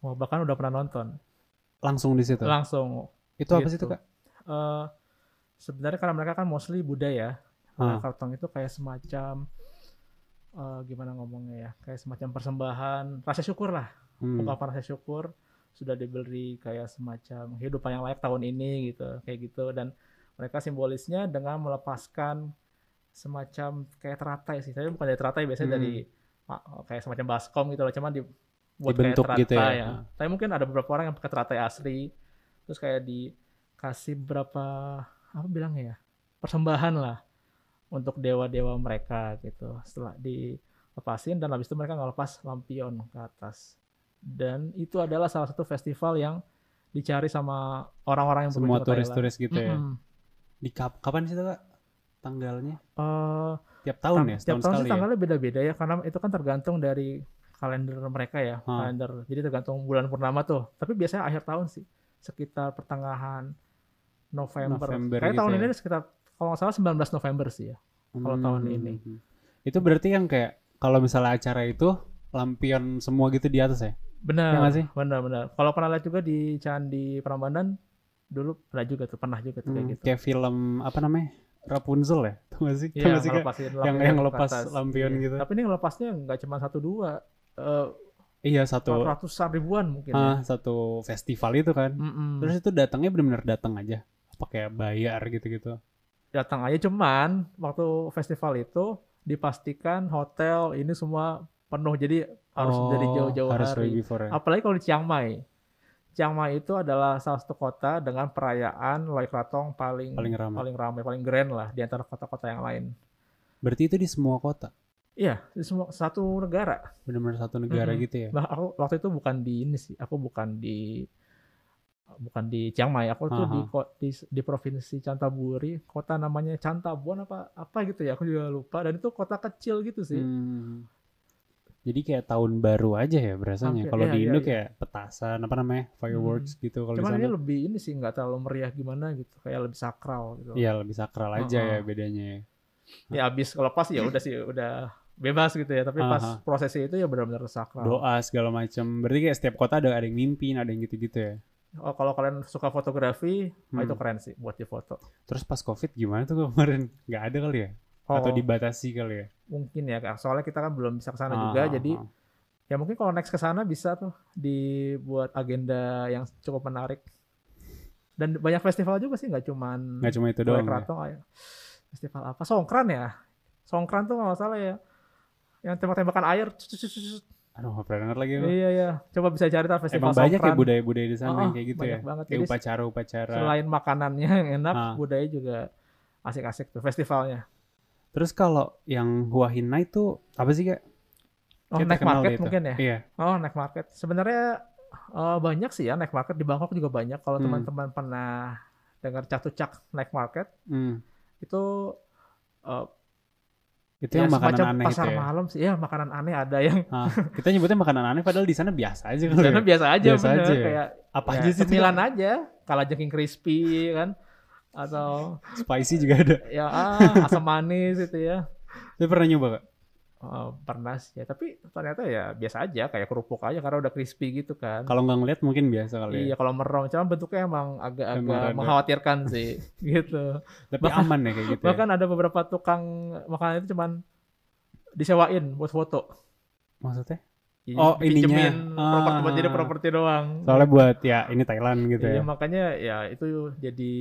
[SPEAKER 2] Wah, bahkan udah pernah nonton
[SPEAKER 1] langsung di situ?
[SPEAKER 2] langsung.
[SPEAKER 1] itu apa sih itu
[SPEAKER 2] gitu.
[SPEAKER 1] kak?
[SPEAKER 2] Eh, sebenarnya karena mereka kan mostly budaya.
[SPEAKER 1] Ah.
[SPEAKER 2] Nah, kartong itu kayak semacam eh, gimana ngomongnya ya? Kayak semacam persembahan rasa syukur lah.
[SPEAKER 1] Hmm.
[SPEAKER 2] ungkapan rasa syukur sudah diberi kayak semacam kehidupan yang layak tahun ini gitu kayak gitu dan mereka simbolisnya dengan melepaskan semacam kayak teratai sih tapi bukan dari teratai
[SPEAKER 1] Hmm.
[SPEAKER 2] biasanya dari ah, kayak semacam baskom gitu loh cuman dibuat
[SPEAKER 1] Dibentuk
[SPEAKER 2] kayak
[SPEAKER 1] gitu ya.
[SPEAKER 2] teratai
[SPEAKER 1] Ah.
[SPEAKER 2] tapi mungkin ada beberapa orang yang pakai teratai asli terus kayak dikasih berapa apa bilangnya ya persembahan lah untuk dewa-dewa mereka gitu setelah dilepasin dan habis itu mereka ngelepas lampion ke atas dan itu adalah salah satu festival yang dicari sama orang-orang yang
[SPEAKER 1] Semua
[SPEAKER 2] berkunjung ke Thailand. Hmm.
[SPEAKER 1] turis-turis gitu ya.
[SPEAKER 2] Mm-mm.
[SPEAKER 1] Di kap- kapan sih itu kak? Tanggalnya?
[SPEAKER 2] Eh,
[SPEAKER 1] Tiap tahun
[SPEAKER 2] tam-
[SPEAKER 1] ya?
[SPEAKER 2] tiap
[SPEAKER 1] Setahun
[SPEAKER 2] tahun
[SPEAKER 1] sekali
[SPEAKER 2] sih
[SPEAKER 1] ya?
[SPEAKER 2] tanggalnya beda-beda ya karena itu kan tergantung dari kalender mereka ya
[SPEAKER 1] Ah.
[SPEAKER 2] kalender jadi tergantung bulan purnama tuh tapi biasanya akhir tahun sih sekitar pertengahan November,
[SPEAKER 1] November
[SPEAKER 2] kayak
[SPEAKER 1] gitu
[SPEAKER 2] tahun
[SPEAKER 1] ya.
[SPEAKER 2] ini sekitar kalau nggak salah 19 November sih ya kalau tahun
[SPEAKER 1] Hmm.
[SPEAKER 2] ini.
[SPEAKER 1] Itu berarti yang kayak kalau misalnya acara itu lampion semua gitu di atas ya?
[SPEAKER 2] benar
[SPEAKER 1] Ya nggak sih?
[SPEAKER 2] Benar-benar. Kalau pernah lihat juga di Candi Prambanan dulu pernah juga tuh, pernah juga tuh kayak
[SPEAKER 1] Hmm,
[SPEAKER 2] gitu.
[SPEAKER 1] Kayak film apa namanya? Rapunzel ya? Tuh gak sih? Tau
[SPEAKER 2] Iya,
[SPEAKER 1] nggak sih, Kak?
[SPEAKER 2] ngelepasin
[SPEAKER 1] yang
[SPEAKER 2] lampion
[SPEAKER 1] yang
[SPEAKER 2] ke
[SPEAKER 1] lepas
[SPEAKER 2] atas.
[SPEAKER 1] lampion
[SPEAKER 2] Iya.
[SPEAKER 1] gitu.
[SPEAKER 2] Tapi ini ngelepasnya nggak cuma satu dua, eh,
[SPEAKER 1] Iya satu
[SPEAKER 2] ratusan ribuan mungkin. ya.
[SPEAKER 1] ah, satu festival itu kan.
[SPEAKER 2] Mm-mm.
[SPEAKER 1] Terus itu datangnya benar-benar datang aja. Pakai bayar gitu-gitu.
[SPEAKER 2] datang aja cuman waktu festival itu dipastikan hotel ini semua penuh jadi harus
[SPEAKER 1] Oh,
[SPEAKER 2] dari jauh-jauh
[SPEAKER 1] harus way
[SPEAKER 2] hari.
[SPEAKER 1] before ya.
[SPEAKER 2] Apalagi kalau di Chiang Mai. Chiang Mai itu adalah salah satu kota dengan perayaan Loy Krathong paling
[SPEAKER 1] Paling ramai.
[SPEAKER 2] paling ramai, paling grand lah di antara kota-kota yang lain.
[SPEAKER 1] Berarti itu di semua kota.
[SPEAKER 2] Iya, di semua satu negara.
[SPEAKER 1] Benar-benar satu negara
[SPEAKER 2] Mm-mm.
[SPEAKER 1] gitu ya.
[SPEAKER 2] Bah, aku waktu itu bukan di ini sih, aku bukan di bukan di Chiang Mai, aku tuh di, ko- di di provinsi Cantaburi, kota namanya Cantabon apa apa gitu ya, aku juga lupa. Dan itu kota kecil gitu sih.
[SPEAKER 1] Hmm. Jadi kayak tahun baru aja ya berasanya.
[SPEAKER 2] Hampir,
[SPEAKER 1] Kalau
[SPEAKER 2] iya,
[SPEAKER 1] di
[SPEAKER 2] iya,
[SPEAKER 1] Indo
[SPEAKER 2] iya.
[SPEAKER 1] kayak petasan apa namanya? fireworks gitu kalau di
[SPEAKER 2] Cuman
[SPEAKER 1] sana.
[SPEAKER 2] ini lebih ini sih nggak terlalu meriah gimana gitu, kayak lebih sakral gitu.
[SPEAKER 1] Iya, lebih sakral aja
[SPEAKER 2] Ha-ha.
[SPEAKER 1] ya bedanya ya.
[SPEAKER 2] Ya abis kalau pas ya udah sih udah bebas gitu ya, tapi pas
[SPEAKER 1] Aha.
[SPEAKER 2] prosesi itu ya benar-benar sakral.
[SPEAKER 1] Doa segala macam. Berarti kayak setiap kota ada ada yang mimpin, ada yang gitu-gitu ya.
[SPEAKER 2] Oh, kalau kalian suka fotografi, wah, itu
[SPEAKER 1] Hmm.
[SPEAKER 2] keren sih buat di foto.
[SPEAKER 1] Terus pas Covid gimana tuh kemarin? Nggak ada kali ya? Atau dibatasi kali ya?
[SPEAKER 2] Oh, mungkin ya Kak. soalnya kita kan belum bisa ke sana
[SPEAKER 1] Ah, ah,
[SPEAKER 2] juga jadi
[SPEAKER 1] ah.
[SPEAKER 2] ya mungkin kalau next ke sana bisa tuh dibuat agenda yang cukup menarik dan banyak festival juga sih nggak cuman
[SPEAKER 1] nggak cuma itu
[SPEAKER 2] Balai
[SPEAKER 1] doang. ya?
[SPEAKER 2] Keraton, ayo. festival apa Songkran ya Songkran tuh kalau nggak salah ya yang tembak-tembakan air Cut, cut, cut, cut.
[SPEAKER 1] Aduh, nggak pernah denger lagi gue.
[SPEAKER 2] iya iya coba bisa cari tar festival
[SPEAKER 1] Emang banyak ya
[SPEAKER 2] Songkran
[SPEAKER 1] budaya-budaya di sana
[SPEAKER 2] Ah,
[SPEAKER 1] yang kayak gitu ya.
[SPEAKER 2] banyak banget
[SPEAKER 1] Kayak
[SPEAKER 2] jadi
[SPEAKER 1] upacara-upacara.
[SPEAKER 2] selain makanannya yang enak
[SPEAKER 1] Ah.
[SPEAKER 2] budaya juga asik-asik tuh festivalnya
[SPEAKER 1] Terus kalau yang Hua Hin Night tuh apa sih kak?
[SPEAKER 2] oh
[SPEAKER 1] Kayak
[SPEAKER 2] night
[SPEAKER 1] terkenal
[SPEAKER 2] market
[SPEAKER 1] deh itu.
[SPEAKER 2] mungkin ya
[SPEAKER 1] Iya.
[SPEAKER 2] Oh, night market. Sebenarnya eh, banyak sih ya night market di Bangkok juga banyak. Kalau
[SPEAKER 1] Hmm.
[SPEAKER 2] teman-teman pernah dengar cak night market
[SPEAKER 1] Hmm.
[SPEAKER 2] itu eh,
[SPEAKER 1] Itu yang
[SPEAKER 2] Ya,
[SPEAKER 1] makanan
[SPEAKER 2] semacam
[SPEAKER 1] aneh
[SPEAKER 2] pasar
[SPEAKER 1] itu ya.
[SPEAKER 2] malam sih ya makanan aneh ada
[SPEAKER 1] [LAUGHS]
[SPEAKER 2] yang
[SPEAKER 1] Ah, kita nyebutnya makanan aneh padahal di sana biasa aja kali.
[SPEAKER 2] karena
[SPEAKER 1] ya.
[SPEAKER 2] biasa aja
[SPEAKER 1] Biasa
[SPEAKER 2] bener
[SPEAKER 1] aja ya?
[SPEAKER 2] kayak
[SPEAKER 1] Apa
[SPEAKER 2] ya,
[SPEAKER 1] aja sih itu?
[SPEAKER 2] cemilan aja kalajengking crispy kan atau
[SPEAKER 1] Spicy juga ada.
[SPEAKER 2] ya ah, asam manis itu ya
[SPEAKER 1] Saya pernah nyoba, Kak.
[SPEAKER 2] Eh, pernah sih ya tapi ternyata ya biasa aja kayak kerupuk aja karena udah crispy gitu kan
[SPEAKER 1] Kalau nggak ngeliat mungkin biasa kali. ya.
[SPEAKER 2] Iya kalau merong, cuman bentuknya emang
[SPEAKER 1] Emang
[SPEAKER 2] agak-agak
[SPEAKER 1] rada.
[SPEAKER 2] mengkhawatirkan sih, [LAUGHS] gitu.
[SPEAKER 1] Tapi
[SPEAKER 2] Bahkan-
[SPEAKER 1] aman ya kayak gitu. ya.
[SPEAKER 2] Bahkan ada beberapa tukang makanan itu cuman disewain buat foto.
[SPEAKER 1] Maksudnya?
[SPEAKER 2] Iya,
[SPEAKER 1] Oh,
[SPEAKER 2] dipinjemin
[SPEAKER 1] ininya.
[SPEAKER 2] properti buat jadi
[SPEAKER 1] Ah.
[SPEAKER 2] properti doang.
[SPEAKER 1] Soalnya buat ya ini Thailand gitu ya.
[SPEAKER 2] Iya, makanya ya itu jadi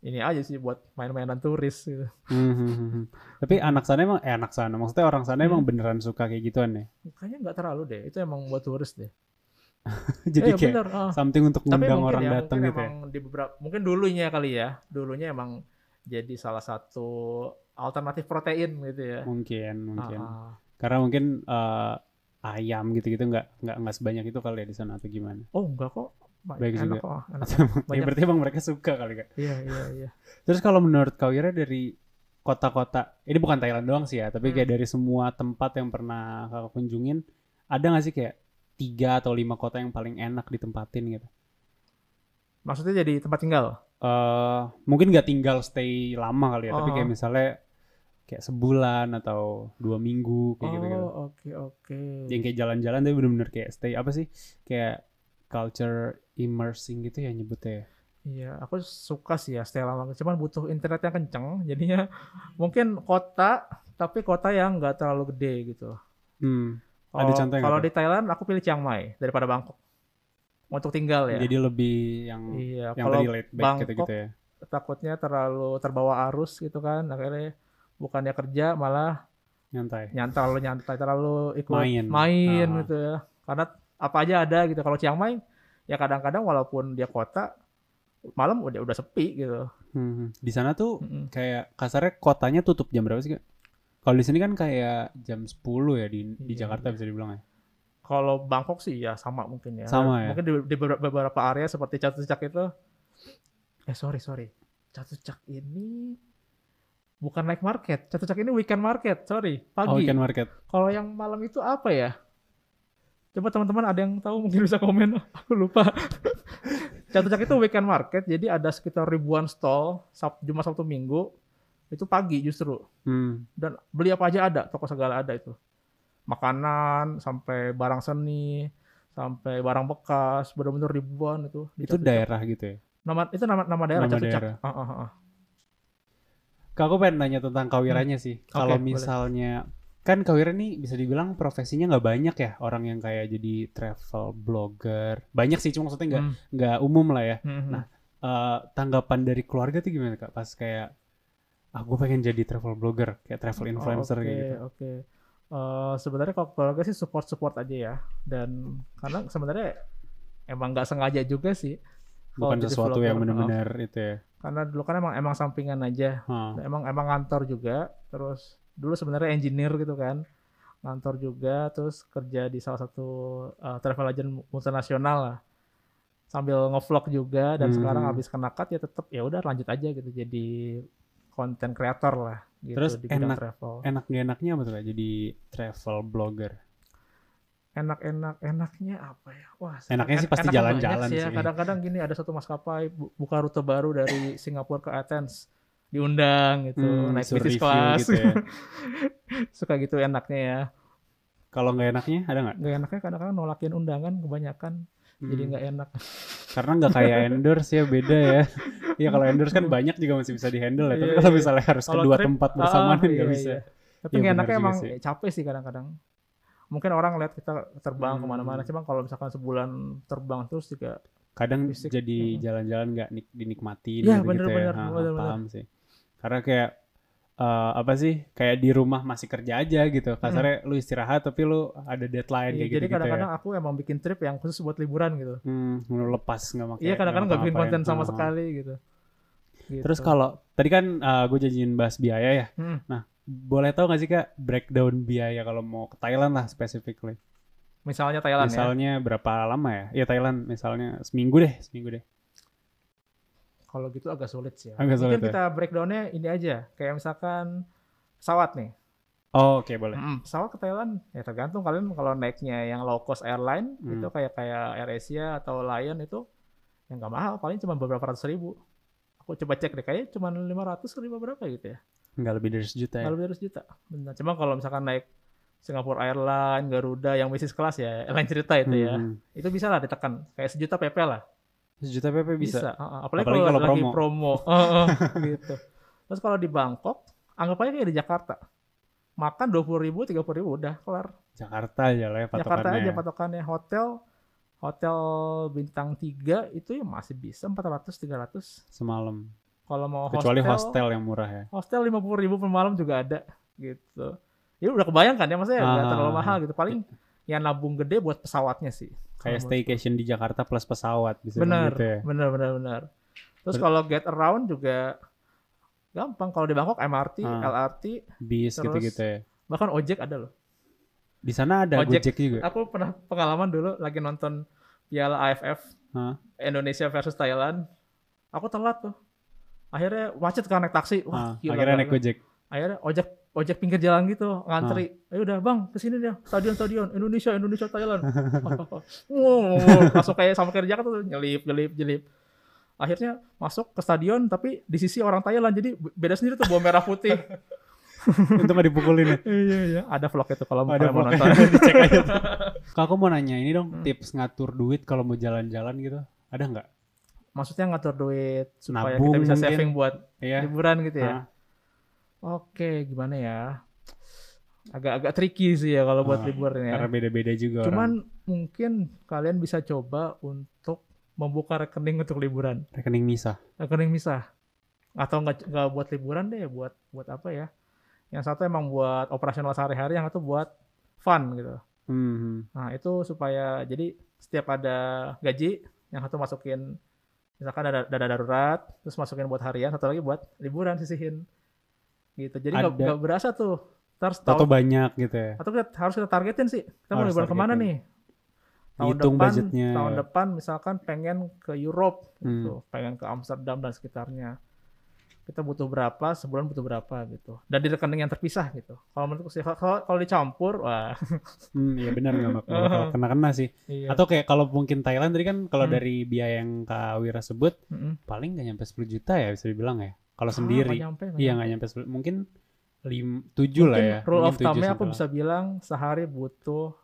[SPEAKER 2] ini aja sih buat main-mainan turis gitu.
[SPEAKER 1] Hmm, hmm, hmm, hmm. Tapi anak sana emang eh anak sana maksudnya orang sana emang
[SPEAKER 2] Hmm.
[SPEAKER 1] beneran suka kayak gituan ya. [LAUGHS]
[SPEAKER 2] Kayaknya nggak terlalu deh, itu emang buat turis deh.
[SPEAKER 1] Jadi
[SPEAKER 2] Eh,
[SPEAKER 1] kayak
[SPEAKER 2] bener, ah.
[SPEAKER 1] something untuk
[SPEAKER 2] Tapi
[SPEAKER 1] ngundang
[SPEAKER 2] mungkin
[SPEAKER 1] orang
[SPEAKER 2] ya,
[SPEAKER 1] datang
[SPEAKER 2] mungkin
[SPEAKER 1] gitu ya.
[SPEAKER 2] emang di beberapa mungkin dulunya kali ya. Dulunya emang jadi salah satu alternatif protein gitu ya.
[SPEAKER 1] Mungkin, mungkin.
[SPEAKER 2] Ah, ah.
[SPEAKER 1] Karena mungkin eh, ayam gitu-gitu nggak nggak nggak sebanyak itu kali ya di sana atau gimana?
[SPEAKER 2] Oh enggak kok. Ba-
[SPEAKER 1] Baik juga. [LAUGHS]
[SPEAKER 2] enak kok. ah, Enak.
[SPEAKER 1] Atau emang- ya
[SPEAKER 2] [LAUGHS] Banyak.
[SPEAKER 1] berarti emang mereka suka kali kak.
[SPEAKER 2] iya, iya, iya.
[SPEAKER 1] Terus kalau menurut Kak Wira dari kota-kota, ini bukan Thailand doang sih ya, tapi
[SPEAKER 2] Hmm.
[SPEAKER 1] kayak dari semua tempat yang pernah kakak kunjungin, ada nggak sih kayak tiga atau lima kota yang paling enak ditempatin gitu?
[SPEAKER 2] Maksudnya jadi tempat tinggal?
[SPEAKER 1] eh mungkin nggak tinggal stay lama kali ya, tapi
[SPEAKER 2] Oh.
[SPEAKER 1] kayak misalnya kayak sebulan atau dua minggu kayak gitu-gitu.
[SPEAKER 2] oh, oke, oke.
[SPEAKER 1] Yang kayak jalan-jalan tapi bener-bener kayak stay apa sih? Kayak culture immersing gitu ya nyebutnya. ya.
[SPEAKER 2] Iya, aku suka sih ya stay lama. Cuman butuh internet yang kenceng. [LAUGHS] Jadinya mungkin kota, tapi kota yang nggak terlalu gede gitu.
[SPEAKER 1] Hmm, Ada
[SPEAKER 2] Kalau-
[SPEAKER 1] contoh nggak
[SPEAKER 2] Kalau
[SPEAKER 1] tuh?
[SPEAKER 2] di Thailand, aku pilih Chiang Mai daripada Bangkok. Untuk tinggal ya.
[SPEAKER 1] Jadi lebih yang
[SPEAKER 2] iya,
[SPEAKER 1] yang
[SPEAKER 2] kalau
[SPEAKER 1] tadi laid back
[SPEAKER 2] Bangkok-
[SPEAKER 1] gitu-gitu ya.
[SPEAKER 2] takutnya terlalu terbawa arus gitu kan. Akhirnya bukannya kerja malah
[SPEAKER 1] Nyantai.
[SPEAKER 2] nyantai terlalu nyantai terlalu ikut
[SPEAKER 1] Main.
[SPEAKER 2] main,
[SPEAKER 1] Ah.
[SPEAKER 2] gitu ya karena apa aja ada gitu kalau Chiang Mai ya kadang-kadang walaupun dia kota malam udah udah sepi gitu
[SPEAKER 1] Hmm, Di sana tuh
[SPEAKER 2] Mm-mm.
[SPEAKER 1] kayak kasarnya kotanya tutup jam berapa sih? Kak? Kalau di sini kan kayak jam 10 ya di di
[SPEAKER 2] Iya.
[SPEAKER 1] Jakarta bisa dibilang ya.
[SPEAKER 2] kalau Bangkok sih ya sama mungkin ya
[SPEAKER 1] Sama ya?
[SPEAKER 2] mungkin di, di beber- beberapa area seperti Catucak itu eh sorry sorry Catucak ini bukan night market Catucak ini weekend market
[SPEAKER 1] Oh,
[SPEAKER 2] sorry pagi
[SPEAKER 1] weekend market.
[SPEAKER 2] kalau yang malam itu apa ya coba teman-teman ada yang tahu mungkin bisa komen [LAUGHS] aku lupa Catucak itu weekend market jadi ada sekitar ribuan stall Sab- Jumat Sabtu Minggu itu pagi justru
[SPEAKER 1] Hmm.
[SPEAKER 2] dan beli apa aja ada toko segala ada itu makanan sampai barang seni sampai barang bekas benar-benar ribuan itu di
[SPEAKER 1] Itu
[SPEAKER 2] Catucak.
[SPEAKER 1] daerah gitu ya.
[SPEAKER 2] nama itu nama nama daerah
[SPEAKER 1] Nama
[SPEAKER 2] Catucak
[SPEAKER 1] daerah.
[SPEAKER 2] Ah, ah, ah.
[SPEAKER 1] Kak, aku pengen nanya tentang kawiranya sih. Kalau
[SPEAKER 2] Hmm. boleh.
[SPEAKER 1] misalnya kan kawira nih bisa dibilang profesinya nggak banyak ya orang yang kayak jadi travel blogger. Banyak sih cuma maksudnya nggak
[SPEAKER 2] Hmm,
[SPEAKER 1] nggak umum lah ya.
[SPEAKER 2] hmm, hmm.
[SPEAKER 1] Nah, Eh, tanggapan dari keluarga tuh gimana kak? Pas kayak aku pengen jadi travel blogger kayak travel
[SPEAKER 2] Oh,
[SPEAKER 1] influencer
[SPEAKER 2] Oke,
[SPEAKER 1] kayak gitu.
[SPEAKER 2] oke. Eh, sebenarnya kalau keluarga sih support-support aja ya. Dan karena sebenarnya emang nggak sengaja juga sih. Kalau
[SPEAKER 1] Bukan
[SPEAKER 2] jadi
[SPEAKER 1] sesuatu yang
[SPEAKER 2] vlogger, Ah,
[SPEAKER 1] benar-benar itu ya.
[SPEAKER 2] Karena dulu kan emang emang sampingan aja.
[SPEAKER 1] Hah.
[SPEAKER 2] Emang emang ngantor juga. Terus dulu sebenarnya engineer gitu kan. Ngantor juga, terus kerja di salah satu eh, travel agent multinasional lah. Sambil ngevlog juga dan
[SPEAKER 1] Hmm.
[SPEAKER 2] sekarang habis kena cut ya tetap ya udah lanjut aja gitu jadi konten kreator lah gitu
[SPEAKER 1] Terus
[SPEAKER 2] di bidang
[SPEAKER 1] enak-
[SPEAKER 2] travel.
[SPEAKER 1] enak gak enaknya apa tuh Kak, jadi travel blogger
[SPEAKER 2] enak-enak enaknya apa ya wah
[SPEAKER 1] Enaknya sih
[SPEAKER 2] enak-
[SPEAKER 1] pasti
[SPEAKER 2] enaknya
[SPEAKER 1] jalan-jalan
[SPEAKER 2] banyak ya.
[SPEAKER 1] sih.
[SPEAKER 2] kadang-kadang gini ada satu maskapai bu- buka rute baru dari Singapura ke Athens diundang gitu
[SPEAKER 1] Hmm,
[SPEAKER 2] naik
[SPEAKER 1] suruh
[SPEAKER 2] bisnis
[SPEAKER 1] review
[SPEAKER 2] kelas
[SPEAKER 1] gitu ya.
[SPEAKER 2] [LAUGHS] suka gitu enaknya ya
[SPEAKER 1] kalau nggak enaknya ada nggak
[SPEAKER 2] nggak enaknya kadang-kadang nolakin undangan kebanyakan jadi
[SPEAKER 1] Hmm,
[SPEAKER 2] nggak enak
[SPEAKER 1] karena nggak kayak
[SPEAKER 2] [LAUGHS]
[SPEAKER 1] endorse ya beda ya Iya kalau endorse kan banyak juga masih bisa dihandle ya tapi
[SPEAKER 2] Iya,
[SPEAKER 1] kalau
[SPEAKER 2] iya.
[SPEAKER 1] misalnya harus
[SPEAKER 2] Kalau
[SPEAKER 1] kedua
[SPEAKER 2] trip,
[SPEAKER 1] tempat bersamaan
[SPEAKER 2] Ah,
[SPEAKER 1] kan
[SPEAKER 2] iya,
[SPEAKER 1] nggak bisa
[SPEAKER 2] iya. tapi
[SPEAKER 1] Iya,
[SPEAKER 2] nggak
[SPEAKER 1] benar
[SPEAKER 2] enaknya
[SPEAKER 1] juga
[SPEAKER 2] emang
[SPEAKER 1] sih.
[SPEAKER 2] capek sih kadang-kadang mungkin orang lihat kita terbang
[SPEAKER 1] Hmm.
[SPEAKER 2] kemana-mana cuman kalau misalkan sebulan terbang terus juga
[SPEAKER 1] kadang
[SPEAKER 2] Fisik,
[SPEAKER 1] jadi
[SPEAKER 2] mm.
[SPEAKER 1] jalan-jalan nggak nik- dinikmatin
[SPEAKER 2] Iya,
[SPEAKER 1] gitu-gitu
[SPEAKER 2] bener-bener,
[SPEAKER 1] Ah,
[SPEAKER 2] bener-bener.
[SPEAKER 1] paham sih karena kayak eh, apa sih kayak di rumah masih kerja aja gitu kasarnya lu istirahat tapi lu ada deadline
[SPEAKER 2] Hmm. Iya,
[SPEAKER 1] kayak
[SPEAKER 2] jadi
[SPEAKER 1] gitu, -gitu ya
[SPEAKER 2] kadang-kadang aku emang bikin trip yang khusus buat liburan gitu
[SPEAKER 1] hmm, lu lepas nggak pakai
[SPEAKER 2] Iya kadang-kadang nggak bikin
[SPEAKER 1] ngapa-ngapain.
[SPEAKER 2] konten
[SPEAKER 1] Ah,
[SPEAKER 2] sama
[SPEAKER 1] ah.
[SPEAKER 2] sekali gitu. Gitu.
[SPEAKER 1] terus kalau tadi kan gue janjiin bahas biaya ya
[SPEAKER 2] Mm.
[SPEAKER 1] boleh tahu nggak sih kak breakdown biaya kalau mau ke Thailand lah specifically
[SPEAKER 2] misalnya Thailand ya.
[SPEAKER 1] misalnya berapa lama ya ya Thailand misalnya seminggu deh seminggu deh
[SPEAKER 2] Kalau gitu agak sulit sih. Ya.
[SPEAKER 1] Agak sulit ya.
[SPEAKER 2] Mungkin kita breakdownnya ini aja. Kayak misalkan pesawat nih.
[SPEAKER 1] Oh, oke boleh.
[SPEAKER 2] Mm, pesawat ke Thailand ya tergantung kalian kalau naiknya yang low cost airline
[SPEAKER 1] Hmm.
[SPEAKER 2] itu kayak kayak Air Asia atau Lion itu yang nggak mahal paling cuma beberapa ratus ribu. Aku coba cek deh kayaknya cuma 500 ratus berapa gitu ya.
[SPEAKER 1] Nggak lebih dari sejuta ya.
[SPEAKER 2] Nggak lebih dari sejuta. Benar. Cuma kalau misalkan naik Singapore Airline, Garuda yang bisnis kelas ya, lain cerita itu ya.
[SPEAKER 1] Hmm.
[SPEAKER 2] Itu bisa lah ditekan kayak sejuta PP lah.
[SPEAKER 1] Sejuta PP bisa.
[SPEAKER 2] heeh. Apalagi,
[SPEAKER 1] Apalagi
[SPEAKER 2] kalau,
[SPEAKER 1] kalau
[SPEAKER 2] lagi promo,
[SPEAKER 1] [LAUGHS]
[SPEAKER 2] Heeh, gitu. Terus kalau di Bangkok, anggap aja kayak di Jakarta. Makan 20.000 ribu, 30 ribu udah kelar.
[SPEAKER 1] Jakarta aja lah ya
[SPEAKER 2] Jakarta
[SPEAKER 1] patokannya.
[SPEAKER 2] aja patokannya hotel hotel bintang 3 itu ya masih bisa 400 300
[SPEAKER 1] Semalam.
[SPEAKER 2] kalau mau
[SPEAKER 1] Kecuali
[SPEAKER 2] Oh, hostel Oh,
[SPEAKER 1] hostel yang murah ya.
[SPEAKER 2] hostel 50 ribu per malam juga ada gitu ya udah kebayang kan ya maksudnya nggak
[SPEAKER 1] Ah.
[SPEAKER 2] terlalu mahal gitu paling yang nabung gede buat pesawatnya sih
[SPEAKER 1] Kayak
[SPEAKER 2] Kalau
[SPEAKER 1] staycation di Jakarta plus pesawat bisa
[SPEAKER 2] Bener,
[SPEAKER 1] gitu ya.
[SPEAKER 2] bener, bener, bener. Terus
[SPEAKER 1] Ber-
[SPEAKER 2] kalau get around juga gampang. Kalau di Bangkok MRT,
[SPEAKER 1] Ah.
[SPEAKER 2] LRT,
[SPEAKER 1] Bis
[SPEAKER 2] Terus-
[SPEAKER 1] gitu-gitu ya.
[SPEAKER 2] bahkan ojek ada loh.
[SPEAKER 1] Di sana ada
[SPEAKER 2] Ojek.
[SPEAKER 1] Gojek, juga.
[SPEAKER 2] Aku pernah pengalaman dulu lagi nonton Piala AFF
[SPEAKER 1] Hah?
[SPEAKER 2] Indonesia versus Thailand. Aku telat tuh. Akhirnya macet kan naik taksi.
[SPEAKER 1] Ah,
[SPEAKER 2] Wah, gila,
[SPEAKER 1] akhirnya
[SPEAKER 2] gila.
[SPEAKER 1] naik Gojek.
[SPEAKER 2] Akhirnya ojek ojek pinggir jalan gitu ngantri.
[SPEAKER 1] Ah.
[SPEAKER 2] Ayo udah bang kesini dia stadion stadion Indonesia
[SPEAKER 1] [LAUGHS]
[SPEAKER 2] Indonesia Thailand. wow, langsung kayak sama kayak di Jakarta tuh nyelip nyelip nyelip. Akhirnya masuk ke stadion tapi di sisi orang Thailand jadi beda sendiri tuh bawa merah putih.
[SPEAKER 1] [LAUGHS] Untung gak dipukulin
[SPEAKER 2] [LAUGHS]
[SPEAKER 1] ya.
[SPEAKER 2] iya iya ada vlog itu kalau
[SPEAKER 1] Ada
[SPEAKER 2] kalian mau
[SPEAKER 1] vlognya.
[SPEAKER 2] nonton.
[SPEAKER 1] [LAUGHS] Dicek aja. tuh. Kak, aku mau nanya ini dong
[SPEAKER 2] Hmm.
[SPEAKER 1] tips ngatur duit kalau mau jalan-jalan gitu. Ada nggak?
[SPEAKER 2] Maksudnya ngatur duit supaya
[SPEAKER 1] Nabung
[SPEAKER 2] kita bisa
[SPEAKER 1] mungkin.
[SPEAKER 2] saving buat
[SPEAKER 1] Iya.
[SPEAKER 2] liburan gitu ya.
[SPEAKER 1] Ah.
[SPEAKER 2] Oke, gimana ya? Agak-agak tricky sih ya kalau buat
[SPEAKER 1] Ah,
[SPEAKER 2] liburan ya.
[SPEAKER 1] Karena beda-beda juga orang.
[SPEAKER 2] Cuman mungkin kalian bisa coba untuk membuka rekening untuk liburan,
[SPEAKER 1] rekening misah.
[SPEAKER 2] rekening misah. Atau nggak nggak buat liburan deh, buat buat apa ya? Yang satu emang buat operasional sehari-hari, yang satu buat fun gitu.
[SPEAKER 1] Hmm.
[SPEAKER 2] Nah, itu supaya jadi setiap ada gaji, yang satu masukin misalkan ada dana darurat, terus masukin buat harian, satu lagi buat liburan sisihin. Gitu. Jadi nggak
[SPEAKER 1] Ada-
[SPEAKER 2] nggak berasa tuh. Terus
[SPEAKER 1] Atau
[SPEAKER 2] tahun
[SPEAKER 1] banyak gitu ya.
[SPEAKER 2] atau kita harus kita targetin sih kita mau
[SPEAKER 1] Harus
[SPEAKER 2] liburan kemana
[SPEAKER 1] targetin.
[SPEAKER 2] nih tahun
[SPEAKER 1] Dihitung
[SPEAKER 2] depan
[SPEAKER 1] budgetnya.
[SPEAKER 2] tahun depan misalkan pengen ke Europe
[SPEAKER 1] Hmm.
[SPEAKER 2] gitu pengen ke Amsterdam dan sekitarnya kita butuh berapa sebulan butuh berapa gitu dan di rekening yang terpisah gitu kalau menurutku sih kalau kalau dicampur wah
[SPEAKER 1] Hmm, iya benar
[SPEAKER 2] [LAUGHS]
[SPEAKER 1] nggak mak- nggak bakal kena-kena sih.
[SPEAKER 2] iya.
[SPEAKER 1] Atau kayak kalau mungkin Thailand tadi kan kalau
[SPEAKER 2] Hmm.
[SPEAKER 1] dari biaya yang Kak Wira sebut
[SPEAKER 2] Mm-mm.
[SPEAKER 1] paling nggak nyampe 10 juta ya bisa dibilang ya. Kalau
[SPEAKER 2] Ah,
[SPEAKER 1] sendiri.
[SPEAKER 2] nggak nyampe, nggak
[SPEAKER 1] Iya
[SPEAKER 2] nyampe.
[SPEAKER 1] nggak nyampe 10 mungkin lim, 7 lah
[SPEAKER 2] Mungkin
[SPEAKER 1] ya.
[SPEAKER 2] rule of thumb-nya aku bisa bilang sehari butuh